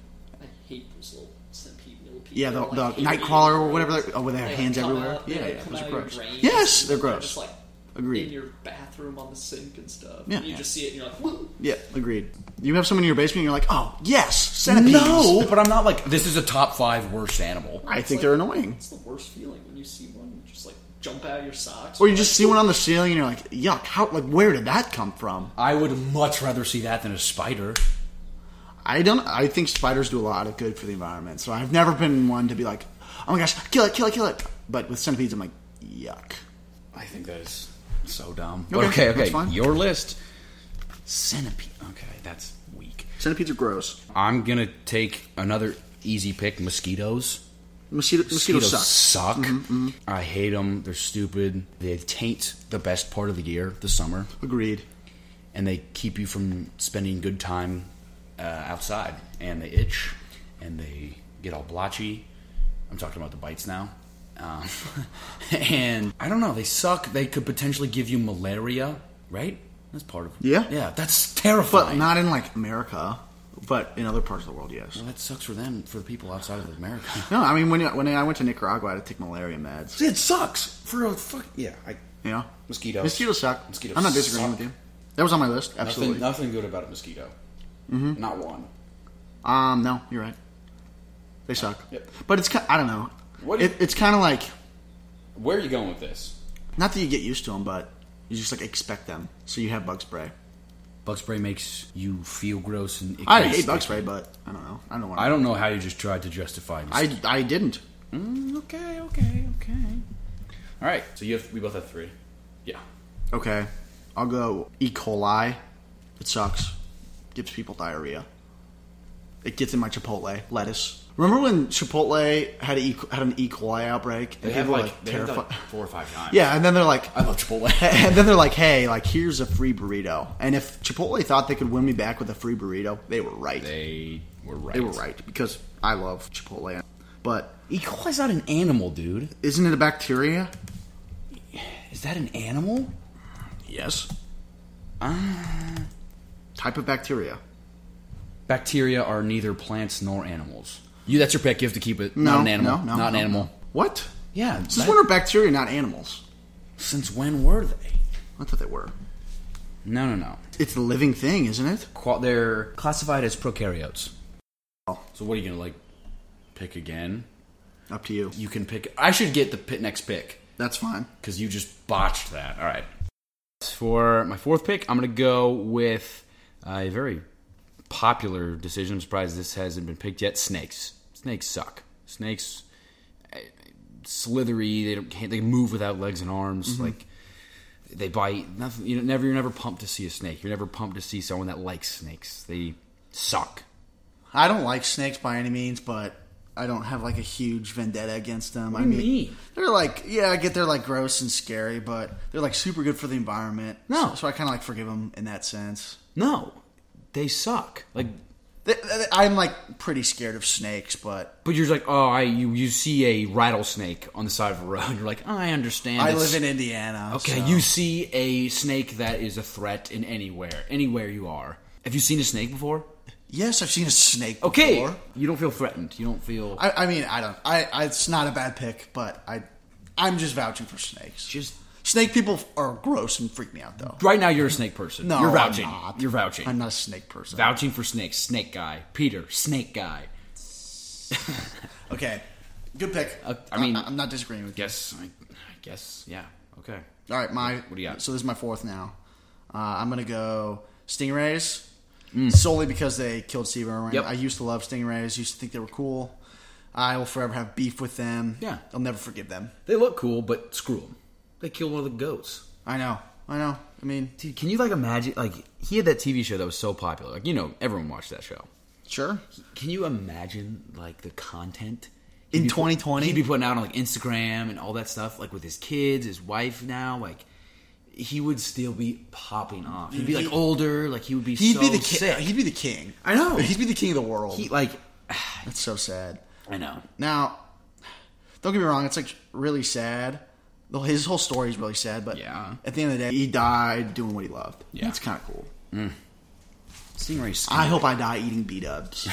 I hate those little centipede millipede. Yeah, the- They're, the hairy Nightcrawler or little whatever things. they're- oh, with their They, like, hands come everywhere. out- they, Yeah, like, yeah, come those are out of your gross. drains Yes, and they're just, gross. Like, Agreed. In your bathroom on the sink and stuff. Yeah, and you yeah. just see it and you're like, woo. Yeah, agreed. You have someone in your basement, and you're like, oh yes, centipedes. No, but I'm not like this is a top five worst animal. I It's think like- they're annoying. It's the worst feeling when you see one and just like jump out of your socks. Or you just see one on the ceiling, and you're like, yuck. How? Like, where did that come from? I would much rather see that than a spider. I don't. I think spiders do a lot of good for the environment, so I've never been one to be like, oh my gosh, kill it, kill it, kill it. But with centipedes, I'm like, yuck. I think that is so dumb. But okay, that's okay. fine. Your list. Centipede. Okay, that's weak. Centipedes are gross. I'm gonna take another easy pick. Mosquitoes. Mosquito, mosquitoes suck. suck. Mm-hmm, I hate them. They're stupid. They taint the best part of the year, the summer, Agreed. and they keep you from spending good time uh, outside. And they itch, and they get all blotchy. I'm talking about the bites now. Um, and I don't know. They suck. They could potentially give you malaria, right? That's part of Yeah. Yeah, that's But terrifying. not in like America, but in other parts of the world, yes. Well, that sucks for them, for the people outside of America. No, I mean when when I went to Nicaragua, I had to take malaria meds. it sucks for a fuck. Yeah, I You know, Mosquitoes. Mosquitoes suck. Mosquitoes I'm not disagreeing suck. with you. That was on my list. Absolutely. Nothing, nothing good about a mosquito. Not one. Um, no, you're right. They suck. Yep. But it's ki- I don't know. What do it, you- it's kind of like Where are you going with this? not that you get used to them, but you just like expect them, so you have bug spray. Bug spray makes you feel gross and. I hate bug spray, but I don't know. I don't know. What I don't know how you just tried to justify. Mosquito. I Mm, I didn't. okay, okay, okay. All right, so you have, we both have three. Yeah. Okay, I'll go E. coli. It sucks. Gives people diarrhea. It gets in my Chipotle lettuce. Remember when Chipotle had, a e, had an E. coli outbreak? They and have people were, like, they have terrified? like four or five times. Yeah, and then they're like, I love Chipotle. and then they're like, "Hey, like here's a free burrito." And if Chipotle thought they could win me back with a free burrito, they were right. They, they were right. were right because I love Chipotle. But E. coli's not an animal, dude. isn't it a bacteria? Is that an animal? Yes. Uh, Type of bacteria. Bacteria are neither plants nor animals. You, that's your pick. You have to keep it. No, not an animal. no, no, not an no. animal. What? Yeah. Since that- when are bacteria not animals? since when were they? I thought they were. No, no, no. It's a living thing, isn't it? Qua- they're classified as prokaryotes. Oh. So what are you gonna like? Pick again? Up to you. You can pick. I should get the pit next pick That's fine. because you just botched that. All right. For my fourth pick, I'm gonna go with a very popular decision. I'm surprised this hasn't been picked yet. Snakes. Snakes suck. Snakes eh, slithery. They don't. Can't, they move without legs and arms. Like they bite. Nothing. You know, never. You're never pumped to see a snake. You're never pumped to see someone that likes snakes. They suck. I don't like snakes by any means, but I don't have like a huge vendetta against them. I do you mean, mean? they're like, yeah, I get they're like gross and scary, but they're like super good for the environment. No. so, so I kind of like forgive them in that sense. No, they suck. Like, Th- th- I'm like pretty scared of snakes, but but you're like, oh, I you you see a rattlesnake on the side of a road. You're like, I understand. I it's- live in Indiana. Okay, so- you see a snake that is a threat in anywhere, anywhere you are. Have you seen a snake before? Yes, I've seen a snake. Okay, before. you don't feel threatened. You don't feel. I, I mean, I don't. I, I. It's not a bad pick, but I. I'm just vouching for snakes. Just- snake people are gross and freak me out though. right now, you're a snake person. No, you're I'm vouching. not. You're vouching. I'm not a snake person. Vouching for snakes. Snake guy. Peter. Snake guy. Okay, good pick. Uh, I mean- I, am not disagreeing with Guess. I, I guess. Yeah. Okay. you. All right, my. What do you got? So this is my fourth now. Uh, I'm gonna go stingrays solely because they killed Steve Irwin. Mm. Yep. I used to love stingrays. Used to think they were cool. I will forever have beef with them. Yeah. I'll never forgive them. They look cool, but screw them. They killed one of the goats. I know. I know. I mean, Dude, can you like imagine? Like he had that TV show that was so popular. Like you know, everyone watched that show. sure. Can you imagine like the content In he'd be put- 2020? he'd be putting out on like Instagram and all that stuff, like with his kids, his wife now, like. He would still be popping off. He'd be like older, like he would be. He'd so be the sick. king. He'd be the king. I know. He'd be the king of the world. He like. That's so sad. I know. Now, don't get me wrong. It's like really sad. The- His whole story is really sad. But Yeah. at the end of the day, he died doing what he loved. Yeah. that's kind of cool. Stingray. Skin. I hope I die eating B dubs.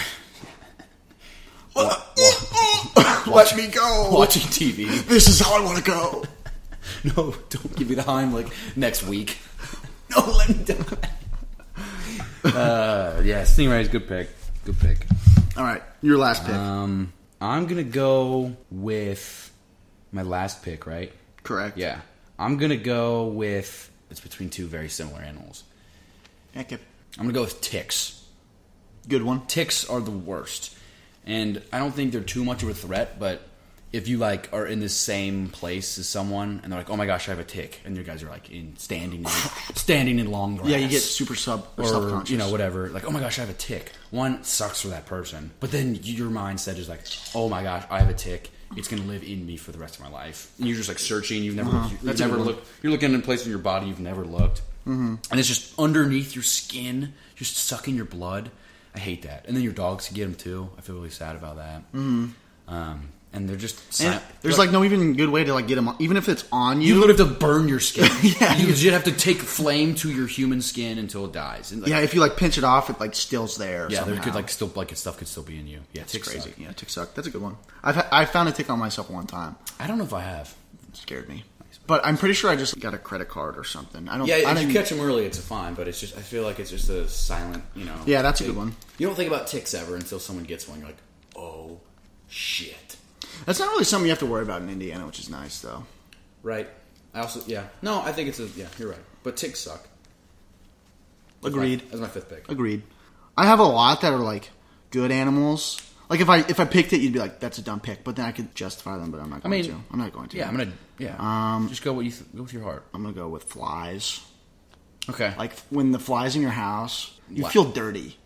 Watch- Let me go. watching TV. This is how I want to go. no, don't give me the Heimlich next week. No, let me die. Uh, yeah, Stingray's good pick. Good pick. All right, your last pick. Um, I'm gonna go with my last pick, right? Correct. Yeah, I'm gonna go with it's between two very similar animals. Okay. I'm gonna go with ticks. Good one. Ticks are the worst, and I don't think they're too much of a threat, but if you like are in the same place as someone and they're like, "Oh my gosh, I have a tick," and your guys are like in standing, in, standing in long grass. Yeah, you get super sub or, or subconscious. you know whatever. Like, "Oh my gosh, I have a tick." One sucks for that person, but then your mindset is like, "Oh my gosh, I have a tick. It's gonna live in me for the rest of my life." And you're just like searching. You've never, you've Uh-huh. That's a never good one. looked. You're looking in places in your body you've never looked, mm-hmm. and it's just underneath your skin, just sucking your blood. I hate that. And then your dogs can get them too. I feel really sad about that. Um, and they're just Mm-hmm. And silent. there's like no even good way to like get them. Even if it's on You you, literally have to burn your skin. Yeah. you legit have to take flame to your human skin until it dies. And like, yeah, if you like pinch it off, it like still's there. yeah, there somehow. could like still like stuff could still be in you. Yeah, it's it's crazy. crazy. Yeah, tick suck. That's a good one. I've ha- I found a tick on myself one time. I don't know if I have. It scared me. But I'm pretty sure I just got a credit card or something. I don't. Yeah, I if you didn't- catch them early, it's fine. But it's just I feel like it's just a silent, you know. Yeah, that's a thing. good one. You don't think about ticks ever until someone gets one. You're like, oh shit, That's not really something you have to worry about in Indiana, which is nice though. right? I also yeah. No, I think it's a yeah. You're right. But ticks suck. That's my- Agreed. That's my fifth pick. Agreed. I have a lot that are like good animals. Like if I if I picked it, you'd be like, "That's a dumb pick," but then I could justify them. But I'm not going mean, to. I'm not going to. Yeah, I'm gonna yeah. Um, just go with you th- go with your heart. I'm gonna go with flies. Okay. Like when the flies in your house, you Wow. feel dirty,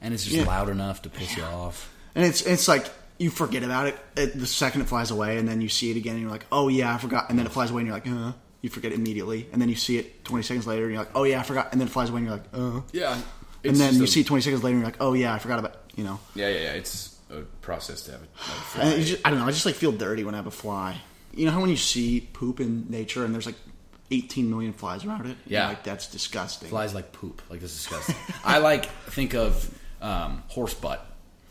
and it's just Yeah. loud enough to piss you off. and it's it's like you forget about it at the second it flies away, and then you see it again, and you're like, "Oh yeah, I forgot," and then it flies away, and you're like, "Uh." You forget immediately, and then you see it 20 seconds later, and you're like, "Oh yeah, I forgot," and then it flies away, and you're like, "Uh." Yeah. And then you see it 20 seconds later, and you're like, "Oh yeah, I forgot about," you know. Yeah, yeah, yeah. It's a process to have it. And it just, I don't know. I just like feel dirty when I have a fly. You know how when you see poop in nature and there's like 18 million flies around it. You're Yeah. like that's disgusting. Flies like poop. Like this is disgusting. I like think of um, horse butt.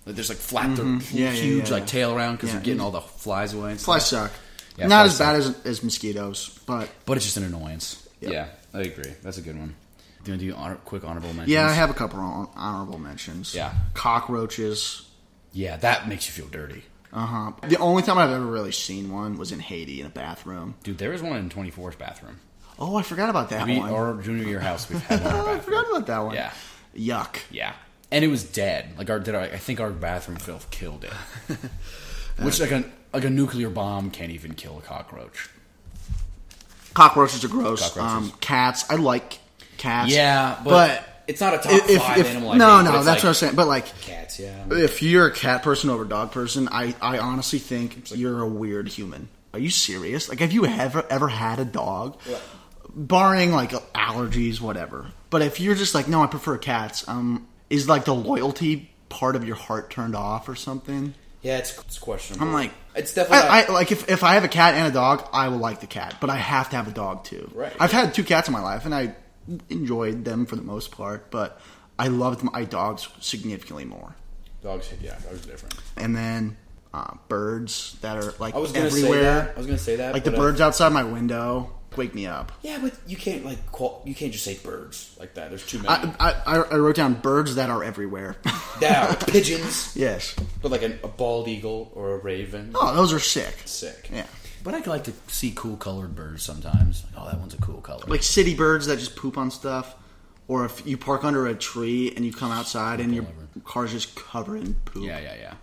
Like there's like flap their Mm-hmm. Yeah, yeah, huge yeah, like yeah. tail around because Yeah. you're getting all the flies away. And Flies stuff. suck. Yeah, Not flies as bad as, as mosquitoes, but but it's just an annoyance. Yep. Yeah, I agree. That's a good one. Do you want to do honor- quick honorable mentions? yeah, I have a couple hon- honorable mentions. Yeah. cockroaches. Yeah, that makes you feel dirty, Uh huh. The only time I've ever really seen one was in Haiti in a bathroom. dude. There was one in 24's bathroom. Oh, I forgot about that We, one. our junior year house, we've had one. in our oh, I bathroom. forgot about that one. Yeah. Yuck. Yeah, and it was dead. Like our, did our I think our bathroom filth killed it. Which like a like a nuclear bomb can't even kill a cockroach. Cockroaches are gross. Cockroaches. Um, cats. I like cats. Yeah, but, it's not a top if, five if- animal. I no, think, no, but it's that's what I'm like saying. But like, Cats, yeah. if you're a cat person over a dog person, I, I honestly think you're a weird human. Are you serious? Like, have you ever ever had a dog? Barring like allergies, whatever. But if you're just like, no, I prefer cats. Um, is like the loyalty part of your heart turned off or something? Yeah, it's, it's questionable. I'm like, it's definitely. I, not- I like if, if I have a cat and a dog, I will like the cat, but I have to have a dog too. Right. I've had two cats in my life, and I enjoyed them for the most part, but I loved my dogs significantly more. dogs, yeah, dogs are different. And then uh, birds that are like I was gonna everywhere. say that. I was gonna say that. like the but, uh, birds outside my window wake me up. yeah, but you can't like qual- you can't just say birds like that. There's too many. I, I, I- I wrote down birds that are everywhere. yeah, like pigeons, yes. but like an, a bald eagle or a raven. Oh, those are sick. sick. Yeah. But I like to see cool colored birds sometimes. Like, oh, that one's a cool color. Like city birds that just poop on stuff. Or if you park under a tree and you come outside and your car's just covered in poop. yeah, yeah, yeah.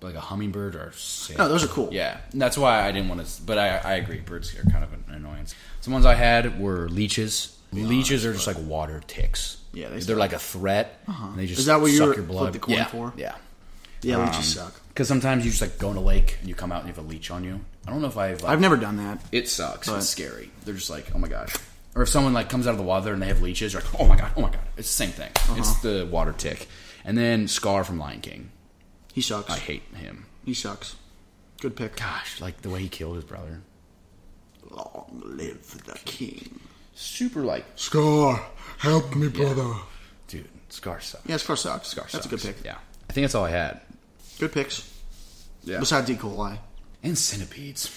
But like a hummingbird or sick. No, those are cool. Yeah, and that's why I didn't want to. But I, I agree, birds are kind of an annoyance. Some ones I had were leeches. Leeches are just like water ticks. Yeah, they they suck. Uh-huh. are like a threat. and They just Is that what you suck were- your blood? flipped the coin yeah, for? yeah. Yeah, leeches suck. Because sometimes you just like go in a lake and you come out and you have a leech on you. I don't know if I've. Like, I've never done that. It sucks. it's scary. They're just like, oh my gosh. Or if someone like comes out of the water and they have leeches, you're like, oh my god, oh my god. It's the same thing. Uh-huh. It's the water tick. And then Scar from Lion King. He sucks. I hate him. He sucks. Good pick. Gosh, like the way he killed his brother. Long live the king. Super like, Scar, help me, brother. Yeah, dude, Scar sucks. Scar sucks. Scar That's a good pick. Sucks. Yeah, I think that's all I had. Good picks. Yeah. Besides E. coli. and centipedes.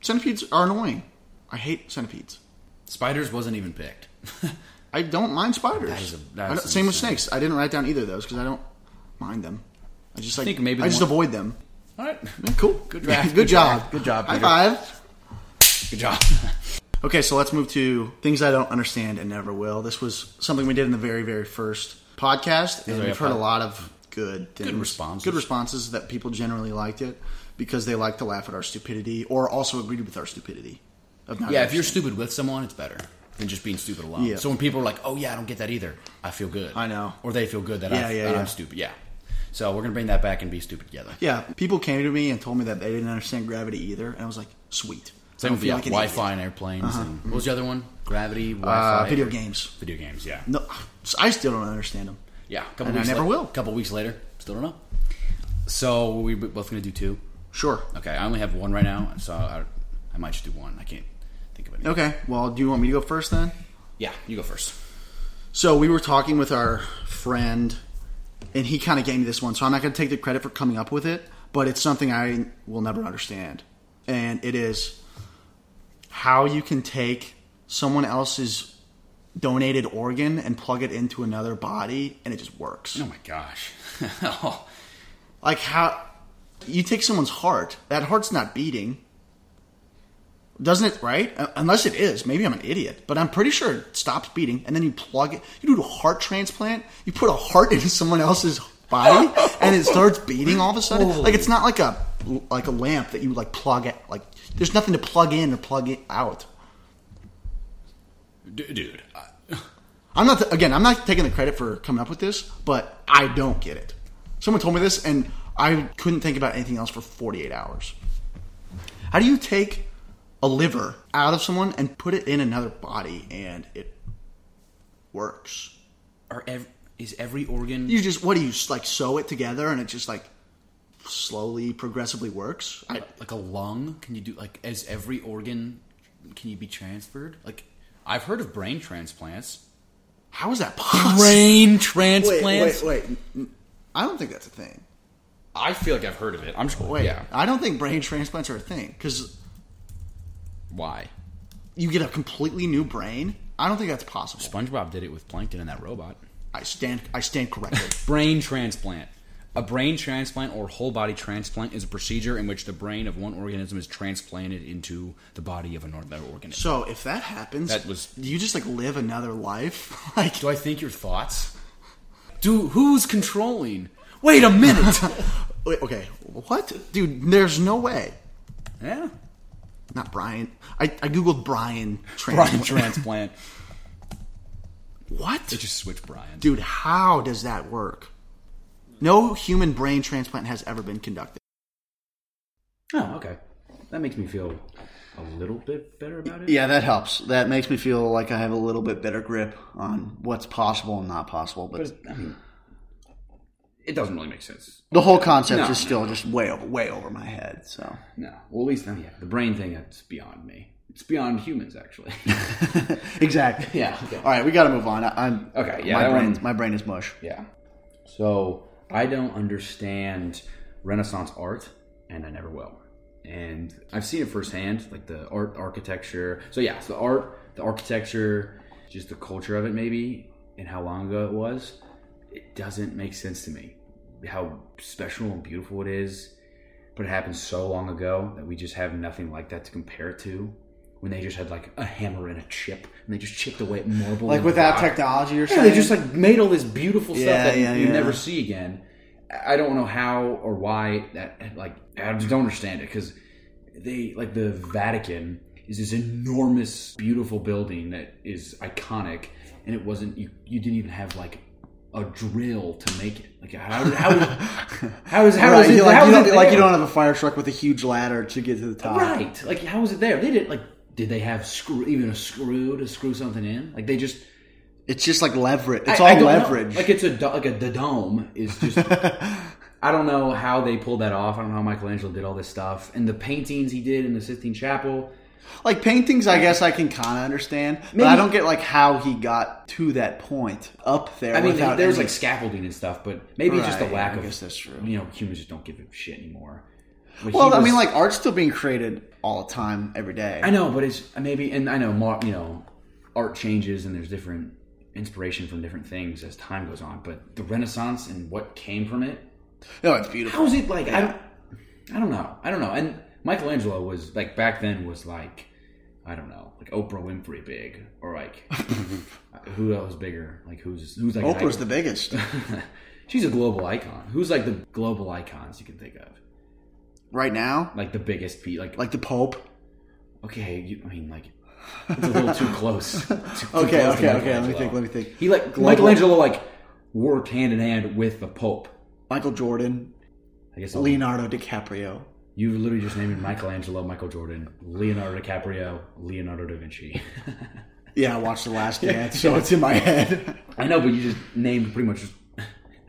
Centipedes are annoying. I hate centipedes. Spiders wasn't even picked. I don't mind spiders. That is a- I that is don't- same with insane. snakes. I didn't write down either of those because I don't mind them. I just like think maybe I the just one- avoid them. all right, Mm, Cool. Good draft. Good, Good job. draft. Good job, High Peter. five. good job. Okay, so let's move to things I don't understand and never will. This was something we did in the very, very first podcast, and Yeah, we've yeah, heard a pod- lot of good things. responses. Good responses that people generally liked it. because they like to laugh at our stupidity or also agree with our stupidity. Of not Yeah, if you're understanding. stupid with someone, it's better than just being stupid alone. Yeah. So when people are like, "Oh yeah, I don't get that either," I feel good. I know. or they feel good that, Yeah, I, yeah, that yeah. I'm stupid. Yeah. So we're gonna bring that back and be stupid together. yeah, people came to me and told me that they didn't understand gravity either, and I was like, sweet. I Same don't with feel yeah, like an idiot. Wi-Fi and airplanes. And, what was the other one? Gravity, Wi-Fi, uh, video games. video games. Yeah, No, I still don't understand them. yeah. Couple And I weeks never la- will. Couple weeks later, still don't know. So we b- both gonna do two. Sure. Okay, I only have one right now, so I, I might just do one. I can't think of any. Okay. Well, do you want me to go first then? Yeah, you go first. So we were talking with our friend, and he kind of gave me this one. So I'm not going to take the credit for coming up with it, but it's something I will never understand, and it is how you can take someone else's donated organ and plug it into another body, and it just works. Oh my gosh. Like how you take someone's heart, that heart's not beating. Doesn't it, right? Uh, Unless it is. Maybe I'm an idiot, but I'm pretty sure it stops beating and then you plug it. You do a heart transplant, you put a heart into someone else's body and it starts beating all of a sudden. Like it's not like a like a lamp that you like plug it like there's nothing to plug in or plug it out. D- dude, uh, I- I'm not again. I'm not taking the credit for coming up with this, but I don't get it. Someone told me this, and I couldn't think about anything else for 48 hours. How do you take a liver out of someone and put it in another body, and it works? are ev- is every organ You just what do you like sew it together, and it just like slowly, progressively works? I, like a lung? Can you do like as every organ can you be transferred? Like I've heard of brain transplants. how is that possible? Brain Wait, transplants? wait, wait. N- I don't think that's a thing. I feel like I've heard of it. I'm just Wait, yeah. I don't think brain transplants are a thing because. Why? you get a completely new brain. I don't think that's possible. SpongeBob did it with Plankton and that robot. I stand I stand corrected. Brain transplant. A brain transplant or whole body transplant is a procedure in which the brain of one organism is transplanted into the body of another organism. so if that happens, That was- do you just like live another life? like Do I think your thoughts? Do who's controlling? Wait a minute. wait, okay, what, dude? There's no way. yeah. Not Brian. I, I googled Brian Brian transplant. transplant. What, They just switch Brian. dude? How does that work? No human brain transplant has ever been conducted. Oh, okay. That makes me feel a little bit better about it. Yeah, that helps. That makes me feel like I have a little bit better grip on what's possible and not possible. But I mean, it doesn't really make sense. the whole concept No, is still just way over, way over my head. So No. Well, at least yeah, the brain thing it's beyond me. It's beyond humans, actually. exactly. Yeah, okay. All right, we got to move on. I, I'm Okay, yeah, My that brain, one- my brain is mush. yeah. So I don't understand Renaissance art, and I never will. And I've seen it firsthand, like the art, architecture. So yeah, so the art, the architecture, just the culture of it, maybe, and how long ago it was. It doesn't make sense to me how special and beautiful it is, but it happened so long ago that we just have nothing like that to compare it to. When they just had like a hammer and a chip, and they just chipped away at marble, Like and without rock. technology or Yeah, something. they just like made all this beautiful Yeah, stuff that yeah, you yeah. never see again. I I don't know how or why that like I just don't understand it because they like the Vatican is this enormous, beautiful building that is iconic, and it wasn't you. You didn't even have like a drill to make it. Like how how how is how Right, is it you like, how you is don't, it like you there? don't have a fire truck with a huge ladder to get to the top. Right. Like, how was it there? They didn't, like, did they have screw, even a screw to screw something in? Like, they just. It's just like leverage. It's I- I all don't know. leverage. Like, it's a, do- like a, the dome is just. I don't know how they pulled that off. I don't know how Michelangelo did all this stuff. And the paintings he did in the Sistine Chapel. Like paintings, I guess I can kind of understand, but Maybe- I don't get like how he got to that point up there. I mean, without there was, any- like, scaffolding and stuff, but maybe it's just the Right, lack I of. guess that's true. You know, humans just don't give a shit anymore. But he well, I was- mean, like art's still being created all the time, every day. I know, but it's maybe, and I know, mar- you know, art changes and there's different inspiration from different things as time goes on. But the Renaissance and what came from it, No, Oh, it's beautiful. how is it like? I, don't, I don't know. I don't know. And Michelangelo was like back then was like, I don't know, like Oprah Winfrey big or like who else bigger? Like who's who's like an Oprah's the icon? biggest. She's a global icon. Who's like the global icons you can think of? right now, Like the biggest pe like, like the Pope. okay, you, I mean like it's a little too close. Too- too close Okay, to okay, okay. Let me Michelangelo. think. Let me think. He like Michelangelo like worked hand in hand with the Pope. Michael Jordan, I guess I'll- Leonardo DiCaprio. you literally just named Michelangelo, Michael Jordan, Leonardo DiCaprio, Leonardo da Vinci. Yeah, I watched The Last Dance, so it's in my head. I know, but you just named pretty much.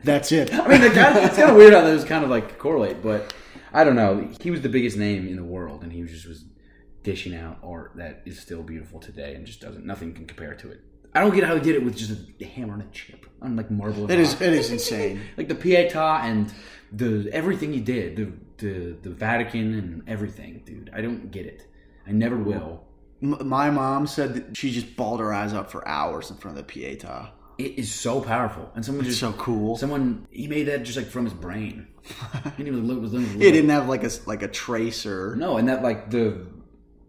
That's it. I mean, the guy, it's kind of weird how those kind of like correlate, but I don't know. He was the biggest name in the world, and he was just was dishing out art that is still beautiful today, and just doesn't nothing can compare to it. I don't get how he did it with just a hammer and a chip on like marble. and It is. rock. It is insane. like the Pietà and the everything he did, the the the Vatican and everything, dude. I don't get it. I never will. M- my mom said that she just bawled her eyes up for hours in front of the Pieta. It is so powerful, and someone It's just so cool. Someone he made that just like from his brain. he didn't even look. Was It didn't have like a s- like a tracer. No, and that like the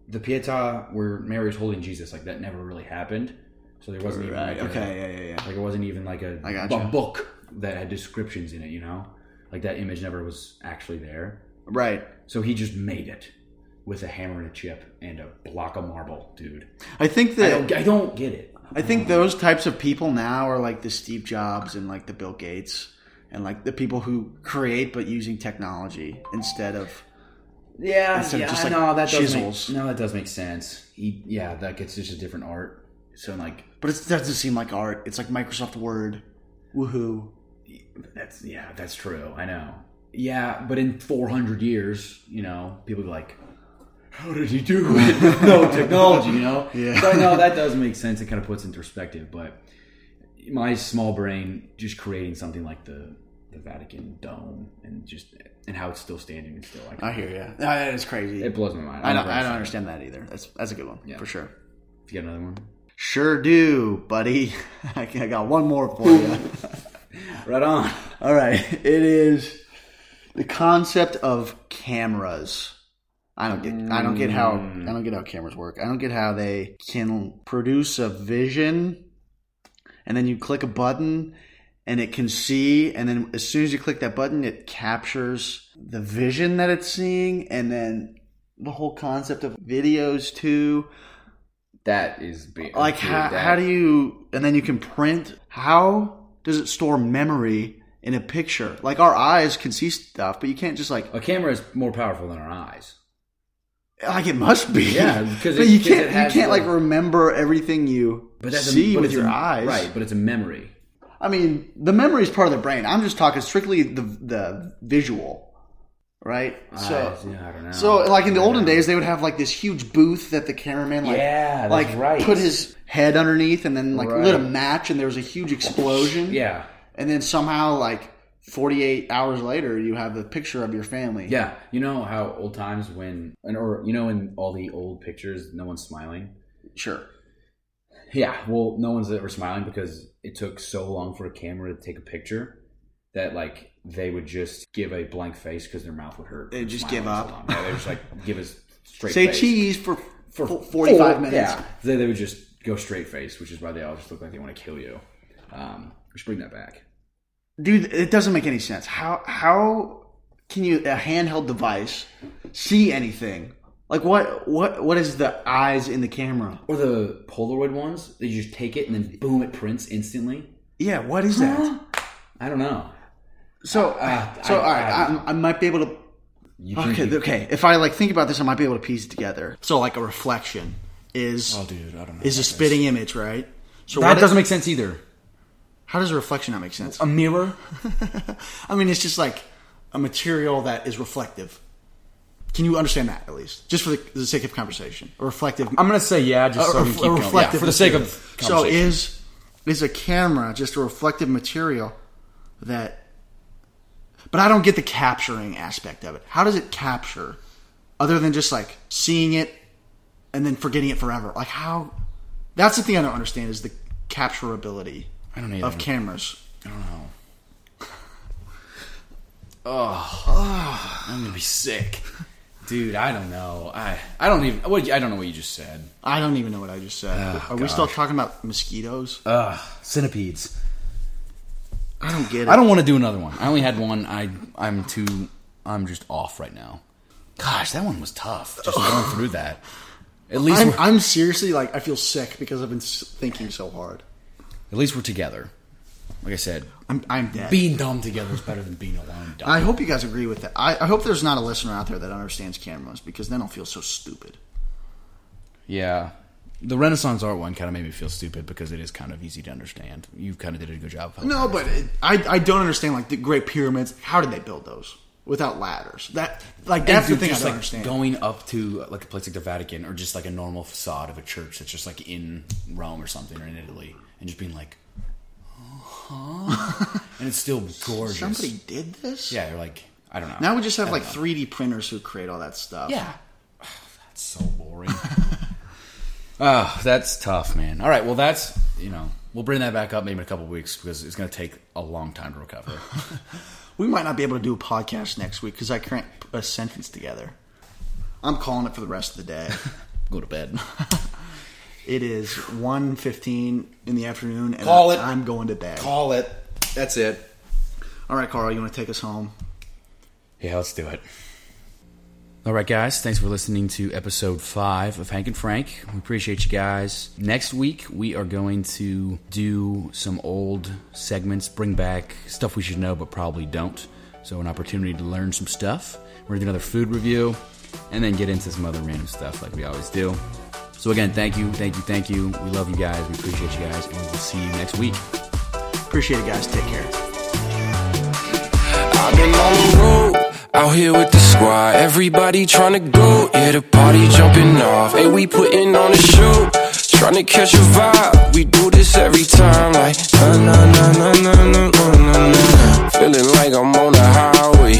the Pietà where Mary's holding Jesus, like that never really happened. So there wasn't even Right. like, Okay. a, Yeah. Yeah. Yeah. like it wasn't even like a, I gotcha. a book that had descriptions in it. You know, like that image never was actually there. Right. So he just made it with a hammer and a chip and a block of marble, dude. I think I that don't, I don't get it. I think those types of people now are like the Steve Jobs and like the Bill Gates and like the people who create but using technology instead of Yeah, Instead of yeah, just, like, no, that chisels. does make, no, that does make sense. He, yeah, that gets just a different art. So like but it doesn't seem like art. It's like Microsoft Word. Woohoo. that's yeah, that's true. I know. Yeah, but in 400 years, you know, people be like, "How did he do it? no technology, you know." Yeah. So no, that does make sense. It kind of puts it in perspective. But my small brain just creating something like the the Vatican dome and just and how it's still standing and still like I hear you. That is crazy. it blows my mind. I don't never I don't understand understand. that either. That's that's a good one for sure. You got another one? Sure do, buddy. I got one more for you. Right on. All right. It is the concept of cameras. I don't get. I don't get how. I don't get how cameras work. I don't get how they can produce a vision, and then you click a button, and it can see. And then as soon as you click that button, it captures the vision that it's seeing, and then the whole concept of videos too. That is big. Like dude, how, that- how do you? And then you can print. How does it store memory in a picture? Like our eyes can see stuff, but you can't just like. a camera is more powerful than our eyes. Like it must be. Yeah, because but it- you 'cause can't it has, you can't like like- remember everything you But that's a- see but with it's your a- eyes. right? But it's a memory. I mean, the memory is part of the brain. I'm just talking strictly the the visual, right? So. Eyes, yeah, I don't know. So, like in the I don't olden know. days, they would have like this huge booth that the cameraman, like, Yeah, that's like right. put his head underneath and then like Right. lit a match, and there was a huge explosion. Yeah, and then somehow, like, forty eight hours later, you have the picture of your family. yeah. You know how old times when, and or you know, in all the old pictures, no one's smiling. sure. Yeah, well, no one's ever smiling because it took so long for a camera to take a picture that like they would just give a blank face because their mouth would hurt. They from just smiling give up. So long. yeah, they just like give us straight. Say face. cheese for for for forty five four- minutes. Yeah, they, they would just go straight face, which is why they all just look like they want to kill you. Um, we should bring that back. dude it doesn't make any sense how how can you a handheld device see anything like what what what is the eyes in the camera Or the Polaroid ones, they just take it and then boom, it prints instantly. yeah what is that I don't know. so Uh, so I- all right I- I, I, might be able to You can- okay you- okay if i like think about this i might be able to piece it together so like a reflection is Oh, dude, I don't know. is a spitting image right so that what- doesn't make sense either. how does a reflection not make sense A mirror. i mean it's just like a material that is reflective can you understand that at least just for the, the sake of conversation a reflective I'm gonna say yeah, just so a, we ref- a can keep going. reflective Yeah, for the sake material. of so conversation. is is a camera just a reflective material that but i don't get the capturing aspect of it how does it capture other than just like seeing it and then forgetting it forever like how that's the thing i don't understand is the capturability I don't either. of cameras I'm gonna be sick, dude. I don't know. I I don't even. What, I don't know what you just said. i don't even know what i just said are we still talking about mosquitoes Ugh, centipedes. i don't get it I don't want to do another one. I only had one. I I'm too. I'm just off right now. Gosh, that one was tough. Just going through that. At least I'm, we're, I'm seriously like I feel sick because I've been s- thinking so hard. at least we're together. Like I said, I'm I'm dead. being dumb together is better than being alone. Dumb. I hope you guys agree with that. I, I hope there's not a listener out there that understands cameras because then I'll feel so stupid. Yeah. The Renaissance art one kind of made me feel stupid because it is kind of easy to understand. You kind of did a good job. of No, but it, I I don't understand like the Great Pyramids. How did they build those without ladders? That like that's the thing Dude, I just don't like understand. going up to like a place like the Vatican or just like a normal facade of a church that's just like in Rome or something or in Italy and just being like, huh? and it's still gorgeous. Somebody did this. yeah, you're like, I don't know. Now we just have I like don't know. 3D printers who create all that stuff. Yeah. that's so boring. oh, that's tough, man. All right, well, that's, you know, we'll bring that back up maybe in a couple weeks because it's going to take a long time to recover. We might not be able to do a podcast next week because I can't put a sentence together. I'm calling it for the rest of the day. Go to bed. it is 1.15 in the afternoon, and Call it. I, am going to bed. Call it. That's it. All right, Carl, you want to take us home? Yeah, let's do it. All right, guys. Thanks for listening to episode five of Hank and Frank. We appreciate you guys. Next week, we are going to do some old segments, bring back stuff we should know but probably don't. So, an opportunity to learn some stuff. We're going to do another food review and then get into some other random stuff like we always do. So, again, thank you, thank you, thank you. We love you guys. We appreciate you guys. And we'll see you next week. Appreciate it, guys. Take care. I've been on the road, out here with the squad. Everybody tryna go, yeah, the party jumping off. And we putting on a show, tryna catch a vibe. We do this every time, like na na na na na na na na. na. Feeling like I'm on the highway,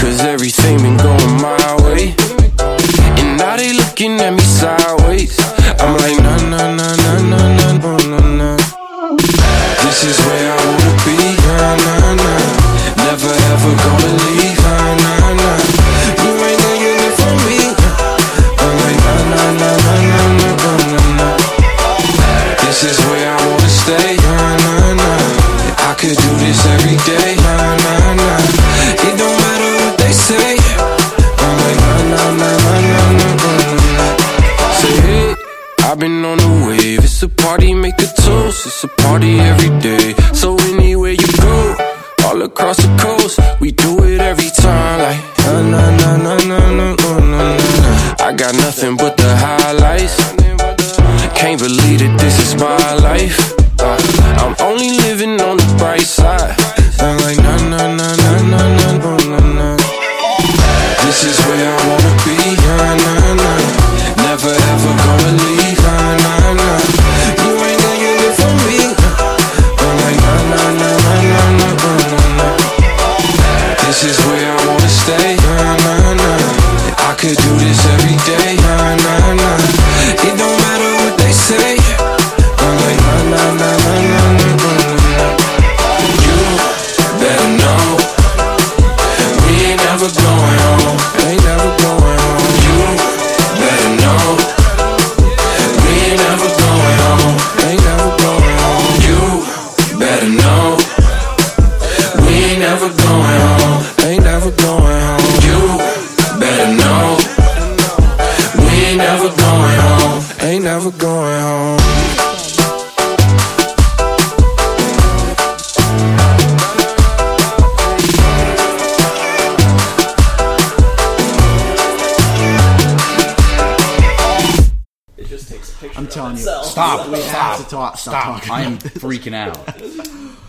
cause everything been going my way. And now they looking at me sideways. I'm like na na na na na na na na. na. This is where I wanna be, nah, nah, nah. Never ever gonna leave, nah, nah, nah. You ain't know you live for me. I'm like, nah, nah, nah, nah, nah, nah, nah, nah, nah. This is where I wanna stay, nah, nah, nah. I could do this every day, nah, nah, nah. It don't matter what they say. I'm like, nah, nah, nah, nah, nah, nah, nah, nah, nah. Say, hey, I've been on the wave. It's a party, make a toast. It's a party every day. So anywhere you go, all across the coast, we do it every time. Like na na na na na na na na. na. I got nothing but the highlights. Can't believe that this is my life. Uh, I'm only living on the bright side. I'm like na na na na na na na na. na. This is where I wanna be, nah, nah, nah. Never ever gonna leave, nah, nah, nah. You ain't know you live for me. Oh, I'm like, nah, nah, nah, nah, nah, nah, nah, nah, nah. This is where I wanna stay, nah, nah, nah. I could do this every day, nah, nah, nah. It don't matter what they say. Oh, I'm like, nah, nah, nah, nah, nah, nah, nah, nah, nah. You better know. We ain't never going home. Ain't never going home. You better know. We ain't never going home. Ain't never going home. You better know. We ain't never going home. Ain't never going home. You better know. We ain't never going home. Ain't never going home. It just takes a picture. I'm telling you. Itself. Stop. We have to talk. Stop, Stop. talking. I am freaking out.